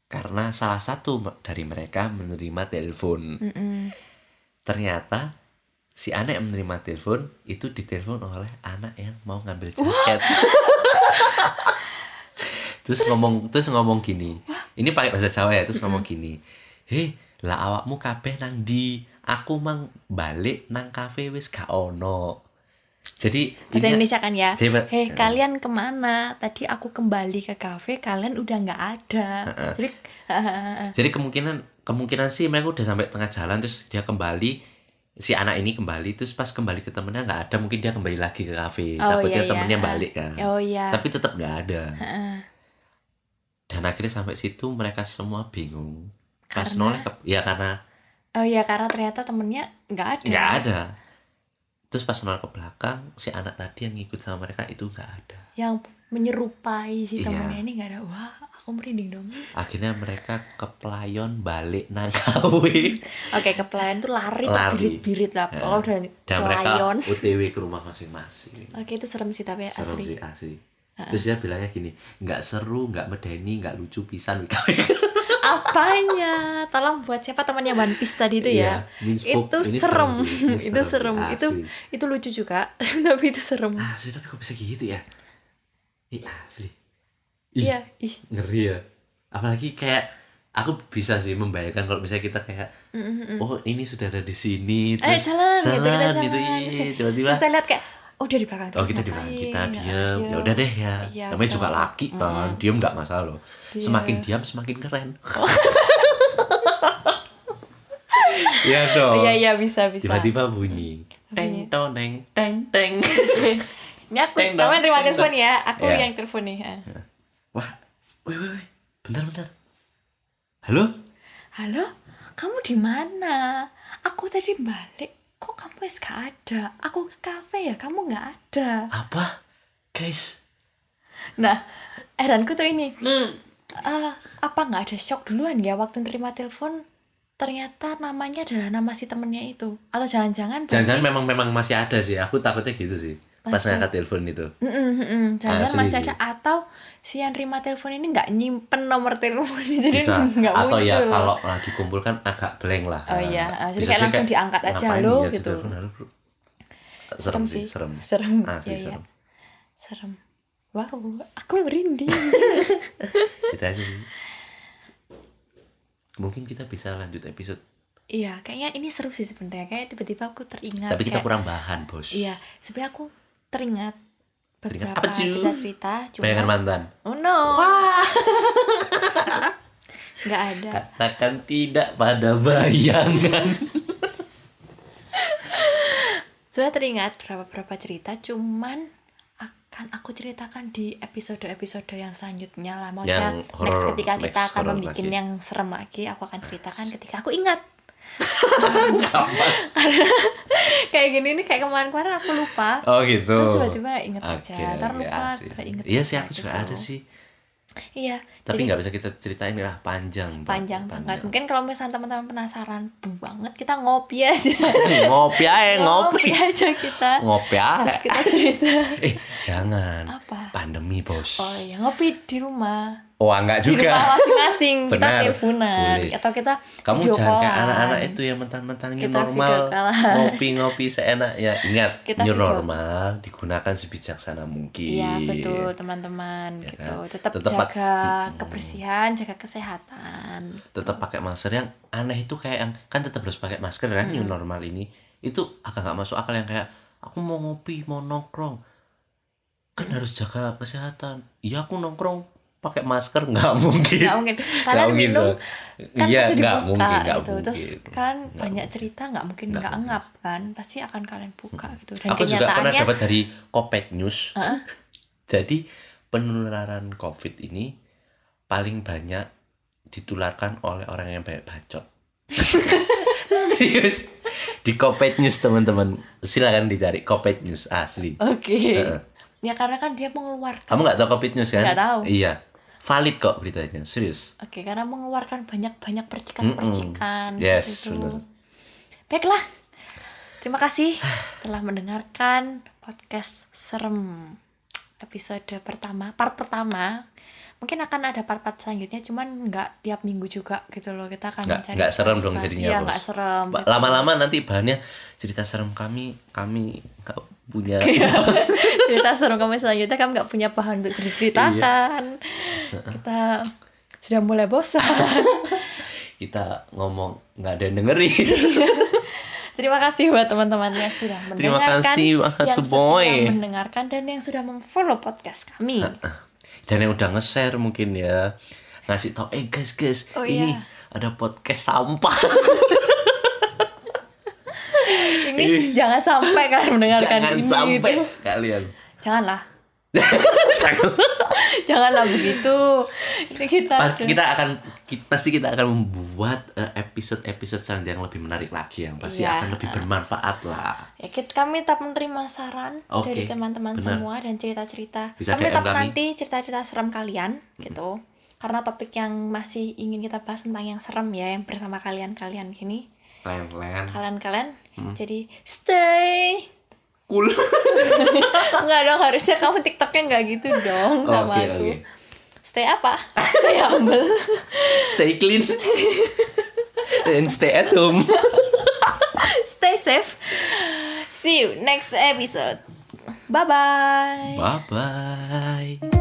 [SPEAKER 2] karena salah satu me- dari mereka menerima telepon
[SPEAKER 1] Mm-mm.
[SPEAKER 2] ternyata si anak yang menerima telepon itu ditelepon oleh anak yang mau ngambil jaket terus, ngomong terus ngomong gini ini pakai bahasa Jawa ya terus ngomong gini heh lah awakmu kabeh nang di aku mang balik nang kafe wis gak ono jadi
[SPEAKER 1] Bahasa
[SPEAKER 2] ini-
[SPEAKER 1] Indonesia kan ya.
[SPEAKER 2] jadi,
[SPEAKER 1] Hei kalian kemana? Tadi aku kembali ke kafe, kalian udah nggak ada. Jadi,
[SPEAKER 2] Jadi kemungkinan kemungkinan sih mereka udah sampai tengah jalan terus dia kembali si anak ini kembali terus pas kembali ke temennya nggak ada mungkin dia kembali lagi ke kafe
[SPEAKER 1] Oh,
[SPEAKER 2] takutnya
[SPEAKER 1] iya, iya.
[SPEAKER 2] temennya
[SPEAKER 1] Ah.
[SPEAKER 2] balik kan
[SPEAKER 1] oh iya.
[SPEAKER 2] tapi tetap nggak ada
[SPEAKER 1] Heeh.
[SPEAKER 2] dan akhirnya sampai situ mereka semua bingung pas
[SPEAKER 1] Karena-
[SPEAKER 2] noleh ke- ya karena
[SPEAKER 1] Oh iya karena ternyata temennya nggak ada.
[SPEAKER 2] nggak ada terus pas noleh ke belakang si anak tadi yang ngikut sama mereka itu nggak ada
[SPEAKER 1] Yang menyerupai si
[SPEAKER 2] Iya.
[SPEAKER 1] temennya ini nggak ada. Wah aku merinding dong.
[SPEAKER 2] akhirnya mereka ke pelayon balik nangkawi
[SPEAKER 1] Oke ke pelayan tuh lari,
[SPEAKER 2] Lari.
[SPEAKER 1] terbirit-birit lah.
[SPEAKER 2] Heeh.
[SPEAKER 1] Kalau udah
[SPEAKER 2] dan mereka
[SPEAKER 1] pelayan.
[SPEAKER 2] utw ke rumah masing-masing
[SPEAKER 1] Oke itu serem sih tapi ya,
[SPEAKER 2] serem
[SPEAKER 1] asli.
[SPEAKER 2] sih asli
[SPEAKER 1] Heeh.
[SPEAKER 2] terus dia bilangnya gini nggak seru nggak medeni nggak lucu pisan
[SPEAKER 1] Gitu Apanya? Tolong buat siapa temannya One Piece tadi itu ya?
[SPEAKER 2] Iya, Miss Pop,
[SPEAKER 1] Itu
[SPEAKER 2] ini
[SPEAKER 1] serem.
[SPEAKER 2] sih, ini
[SPEAKER 1] Itu serem, itu-
[SPEAKER 2] asli.
[SPEAKER 1] Itu lucu juga, tapi itu serem.
[SPEAKER 2] asli tapi kok bisa gitu ya Ih, asli Ih.
[SPEAKER 1] Iya, ih.
[SPEAKER 2] ngeri ya apalagi kayak aku bisa sih membayangkan kalau misalnya kita kayak
[SPEAKER 1] Mm, mm, mm.
[SPEAKER 2] oh ini sudah ada di sini
[SPEAKER 1] Ayo
[SPEAKER 2] terus
[SPEAKER 1] jalan, gitu, kita
[SPEAKER 2] jalan
[SPEAKER 1] jalan.
[SPEAKER 2] gitu
[SPEAKER 1] Terus
[SPEAKER 2] ih,
[SPEAKER 1] ya-
[SPEAKER 2] tiba-tiba
[SPEAKER 1] Terus saya lihat kayak, oh dia di belakang
[SPEAKER 2] oh
[SPEAKER 1] terus
[SPEAKER 2] kita di belakang
[SPEAKER 1] ngapain?
[SPEAKER 2] kita
[SPEAKER 1] Ah,
[SPEAKER 2] diem ya udah deh ya
[SPEAKER 1] Iya,
[SPEAKER 2] namanya
[SPEAKER 1] kita
[SPEAKER 2] juga
[SPEAKER 1] mau-
[SPEAKER 2] laki kan
[SPEAKER 1] Mm.
[SPEAKER 2] diem nggak masalah loh
[SPEAKER 1] Diem.
[SPEAKER 2] semakin diam semakin keren ya dong
[SPEAKER 1] Iya, iya bisa, bisa.
[SPEAKER 2] tiba-tiba bunyi
[SPEAKER 1] Bunyi.
[SPEAKER 2] teng toneng teng teng
[SPEAKER 1] Ini aku,
[SPEAKER 2] Teng dong,
[SPEAKER 1] kamu yang terima
[SPEAKER 2] teng
[SPEAKER 1] telepon ya, aku
[SPEAKER 2] Iya.
[SPEAKER 1] yang telepon nih. ah.
[SPEAKER 2] wah wih wih wih bentar bentar halo
[SPEAKER 1] Halo, kamu di mana? Aku tadi balik, kok kamu es gak ada? Aku ke kafe ya, kamu nggak ada.
[SPEAKER 2] apa guys
[SPEAKER 1] Nah, heranku tuh ini,
[SPEAKER 2] Hmm.
[SPEAKER 1] eh, apa nggak ada shock duluan ya waktu nerima telepon? Ternyata namanya adalah nama si temennya itu, atau jangan-jangan?
[SPEAKER 2] jangan-jangan memang memang masih ada sih aku takutnya gitu sih pas
[SPEAKER 1] Masih.
[SPEAKER 2] Ah, ngangkat telepon itu
[SPEAKER 1] Mm-mm-mm. Jangan
[SPEAKER 2] Asli
[SPEAKER 1] masih
[SPEAKER 2] sih.
[SPEAKER 1] ada atau si yang terima telepon ini nggak nyimpen nomor teleponnya jadi
[SPEAKER 2] bisa
[SPEAKER 1] nggak
[SPEAKER 2] atau
[SPEAKER 1] muncul.
[SPEAKER 2] ya kalau lagi kumpul kan agak blank lah
[SPEAKER 1] Oh iya, ah, jadi kayak
[SPEAKER 2] Bisa sih
[SPEAKER 1] langsung diangkat aja
[SPEAKER 2] Eh, ngapain
[SPEAKER 1] lo
[SPEAKER 2] ya di
[SPEAKER 1] gitu.
[SPEAKER 2] telepon, halo, bro. serem
[SPEAKER 1] Serem
[SPEAKER 2] sih
[SPEAKER 1] sih.
[SPEAKER 2] serem
[SPEAKER 1] Serem.
[SPEAKER 2] asli
[SPEAKER 1] Iya, iya.
[SPEAKER 2] serem
[SPEAKER 1] Serem. Wow, aku merinding.
[SPEAKER 2] kita aja sih mungkin kita bisa lanjut episode
[SPEAKER 1] iya, kayaknya ini seru sih sebenarnya. Kayak tiba-tiba aku teringat.
[SPEAKER 2] tapi kita
[SPEAKER 1] kayak-
[SPEAKER 2] kurang bahan bos
[SPEAKER 1] Iya, sebenarnya aku teringat
[SPEAKER 2] Teringat
[SPEAKER 1] beberapa
[SPEAKER 2] apa, Ju?
[SPEAKER 1] cerita-cerita.
[SPEAKER 2] bayangan
[SPEAKER 1] Cuma,
[SPEAKER 2] mantan
[SPEAKER 1] oh no. nggak ada.
[SPEAKER 2] katakan tidak pada bayangan
[SPEAKER 1] Sebenarnya teringat berapa-berapa cerita, cuman akan aku ceritakan di episode-episode yang selanjutnya lah. Maksudnya
[SPEAKER 2] Yang
[SPEAKER 1] next
[SPEAKER 2] horror,
[SPEAKER 1] ketika kita
[SPEAKER 2] next
[SPEAKER 1] akan
[SPEAKER 2] horror
[SPEAKER 1] membuat
[SPEAKER 2] lagi.
[SPEAKER 1] yang serem lagi, aku akan ceritakan ketika aku ingat.
[SPEAKER 2] Kapan?
[SPEAKER 1] Kayak gini nih, kayak kemarin-kemarin aku lupa.
[SPEAKER 2] oh gitu
[SPEAKER 1] Terus tiba-tiba inget
[SPEAKER 2] Oke,
[SPEAKER 1] aja, ntar
[SPEAKER 2] oke,
[SPEAKER 1] lupa,
[SPEAKER 2] asik.
[SPEAKER 1] tiba inget
[SPEAKER 2] Iya sih
[SPEAKER 1] aja
[SPEAKER 2] aku juga
[SPEAKER 1] gitu.
[SPEAKER 2] ada sih
[SPEAKER 1] Iya,
[SPEAKER 2] Tapi
[SPEAKER 1] Jadi-
[SPEAKER 2] nggak bisa kita ceritain lah panjang
[SPEAKER 1] panjang banget. Mungkin kalau misalnya teman-teman penasaran bu banget, kita ngopi aja.
[SPEAKER 2] ngopi aja Eh, ngopi
[SPEAKER 1] aja kita.
[SPEAKER 2] Ngopi aja
[SPEAKER 1] Terus kita Ah. cerita
[SPEAKER 2] Eh jangan
[SPEAKER 1] apa?
[SPEAKER 2] Pandemi bos
[SPEAKER 1] Oh iya, ngopi di rumah.
[SPEAKER 2] Oh enggak
[SPEAKER 1] di rumah
[SPEAKER 2] juga
[SPEAKER 1] masing-masing kita
[SPEAKER 2] Benar.
[SPEAKER 1] teleponan
[SPEAKER 2] Boleh.
[SPEAKER 1] atau kita
[SPEAKER 2] Kamu
[SPEAKER 1] video
[SPEAKER 2] jangan kayak
[SPEAKER 1] callan.
[SPEAKER 2] anak-anak itu yang mentang-mentangnya
[SPEAKER 1] Kita kan.
[SPEAKER 2] normal Iya.
[SPEAKER 1] video callan.
[SPEAKER 2] Ngopi-ngopi seenaknya Ya, Ingat
[SPEAKER 1] Kita
[SPEAKER 2] new
[SPEAKER 1] video-
[SPEAKER 2] normal Digunakan sebijaksana mungkin
[SPEAKER 1] iya betul teman-teman
[SPEAKER 2] Ya
[SPEAKER 1] gitu
[SPEAKER 2] kan?
[SPEAKER 1] tetap,
[SPEAKER 2] Tetap pak-
[SPEAKER 1] jaga
[SPEAKER 2] Hmm.
[SPEAKER 1] kebersihan jaga kesehatan Hmm.
[SPEAKER 2] Tetap pakai masker yang aneh itu kayak yang Kan tetap harus pakai masker kan new normal ini itu agak nggak masuk akal yang kayak aku mau ngopi mau nongkrong kan harus jaga kesehatan ya aku nongkrong pakai masker nggak mungkin
[SPEAKER 1] nggak mungkin kalian
[SPEAKER 2] Iya. mungkin
[SPEAKER 1] minum
[SPEAKER 2] dong.
[SPEAKER 1] kan
[SPEAKER 2] iya
[SPEAKER 1] pasti
[SPEAKER 2] nggak
[SPEAKER 1] dibuka
[SPEAKER 2] mungkin nggak
[SPEAKER 1] gitu
[SPEAKER 2] mungkin
[SPEAKER 1] terus kan
[SPEAKER 2] Nggak
[SPEAKER 1] banyak
[SPEAKER 2] mungkin.
[SPEAKER 1] cerita nggak mungkin
[SPEAKER 2] Nggak
[SPEAKER 1] nggak
[SPEAKER 2] mungkin. Hmm.
[SPEAKER 1] engap kan pasti akan kalian buka gitu dan
[SPEAKER 2] aku juga pernah
[SPEAKER 1] kenyataannya
[SPEAKER 2] dapat dari Kopet News jadi penularan COVID ini paling banyak ditularkan oleh orang yang banyak bacot serius di Kopet News teman-teman silakan dicari Kopet News asli
[SPEAKER 1] oke
[SPEAKER 2] Heeh.
[SPEAKER 1] ya karena kan dia mengeluarkan
[SPEAKER 2] kamu nggak tahu Kopet News kan
[SPEAKER 1] Nggak tahu.
[SPEAKER 2] iya valid kok beritanya serius
[SPEAKER 1] oke karena mengeluarkan banyak banyak percikan percikan
[SPEAKER 2] Mm-mm. Yes, benar.
[SPEAKER 1] baiklah terima kasih telah mendengarkan podcast serem episode pertama part pertama mungkin akan ada part-part selanjutnya cuman nggak tiap minggu juga gitu loh kita akan
[SPEAKER 2] Nggak-
[SPEAKER 1] mencari
[SPEAKER 2] nggak serem dong
[SPEAKER 1] inspirasi.
[SPEAKER 2] jadinya,
[SPEAKER 1] Iya,
[SPEAKER 2] Ros.
[SPEAKER 1] nggak serem
[SPEAKER 2] Ba- lama-lama nanti bahannya cerita serem kami kami nggak punya
[SPEAKER 1] Iya. cerita seru kamu selanjutnya kamu nggak punya bahan untuk diceritakan
[SPEAKER 2] Iya.
[SPEAKER 1] kita sudah mulai bosan
[SPEAKER 2] kita ngomong nggak ada yang dengerin
[SPEAKER 1] terima kasih buat teman-teman yang sudah
[SPEAKER 2] terima
[SPEAKER 1] mendengarkan
[SPEAKER 2] kasih banget
[SPEAKER 1] yang
[SPEAKER 2] tuh,
[SPEAKER 1] sudah
[SPEAKER 2] boy
[SPEAKER 1] mendengarkan dan yang sudah memfollow podcast kami
[SPEAKER 2] dan yang udah nge-share mungkin ya ngasih tau eh guys guys
[SPEAKER 1] Oh,
[SPEAKER 2] ini
[SPEAKER 1] iya.
[SPEAKER 2] ada podcast sampah
[SPEAKER 1] ini jangan sampai kalian mendengarkan kan?
[SPEAKER 2] jangan
[SPEAKER 1] ini
[SPEAKER 2] sampai
[SPEAKER 1] gitu.
[SPEAKER 2] kalian
[SPEAKER 1] janganlah
[SPEAKER 2] Jangan.
[SPEAKER 1] janganlah begitu ini kita
[SPEAKER 2] Pas- kita akan ki- pasti kita akan membuat eh, episode-episode selanjutnya yang lebih menarik lagi yang pasti
[SPEAKER 1] Iya.
[SPEAKER 2] akan lebih bermanfaat lah
[SPEAKER 1] Ya, kita, kami tetap menerima saran
[SPEAKER 2] Oke,
[SPEAKER 1] dari teman-teman
[SPEAKER 2] benar.
[SPEAKER 1] semua dan cerita-cerita.
[SPEAKER 2] Bisa
[SPEAKER 1] kami
[SPEAKER 2] DM
[SPEAKER 1] tetap
[SPEAKER 2] kami.
[SPEAKER 1] nanti cerita-cerita serem kalian gitu. Karena topik yang masih ingin kita bahas tentang yang serem ya yang bersama kalian-kalian gini.
[SPEAKER 2] Mm. keren-keren
[SPEAKER 1] Kalian-kalian.
[SPEAKER 2] Mm.
[SPEAKER 1] Jadi stay.
[SPEAKER 2] cool
[SPEAKER 1] Enggak dong, harusnya kamu TikToknya nggak gitu dong sama
[SPEAKER 2] Oke,
[SPEAKER 1] aku.
[SPEAKER 2] oke.
[SPEAKER 1] Stay apa? Stay humble.
[SPEAKER 2] stay clean and stay at home
[SPEAKER 1] stay safe. See you next episode. Bye-bye.
[SPEAKER 2] bye bye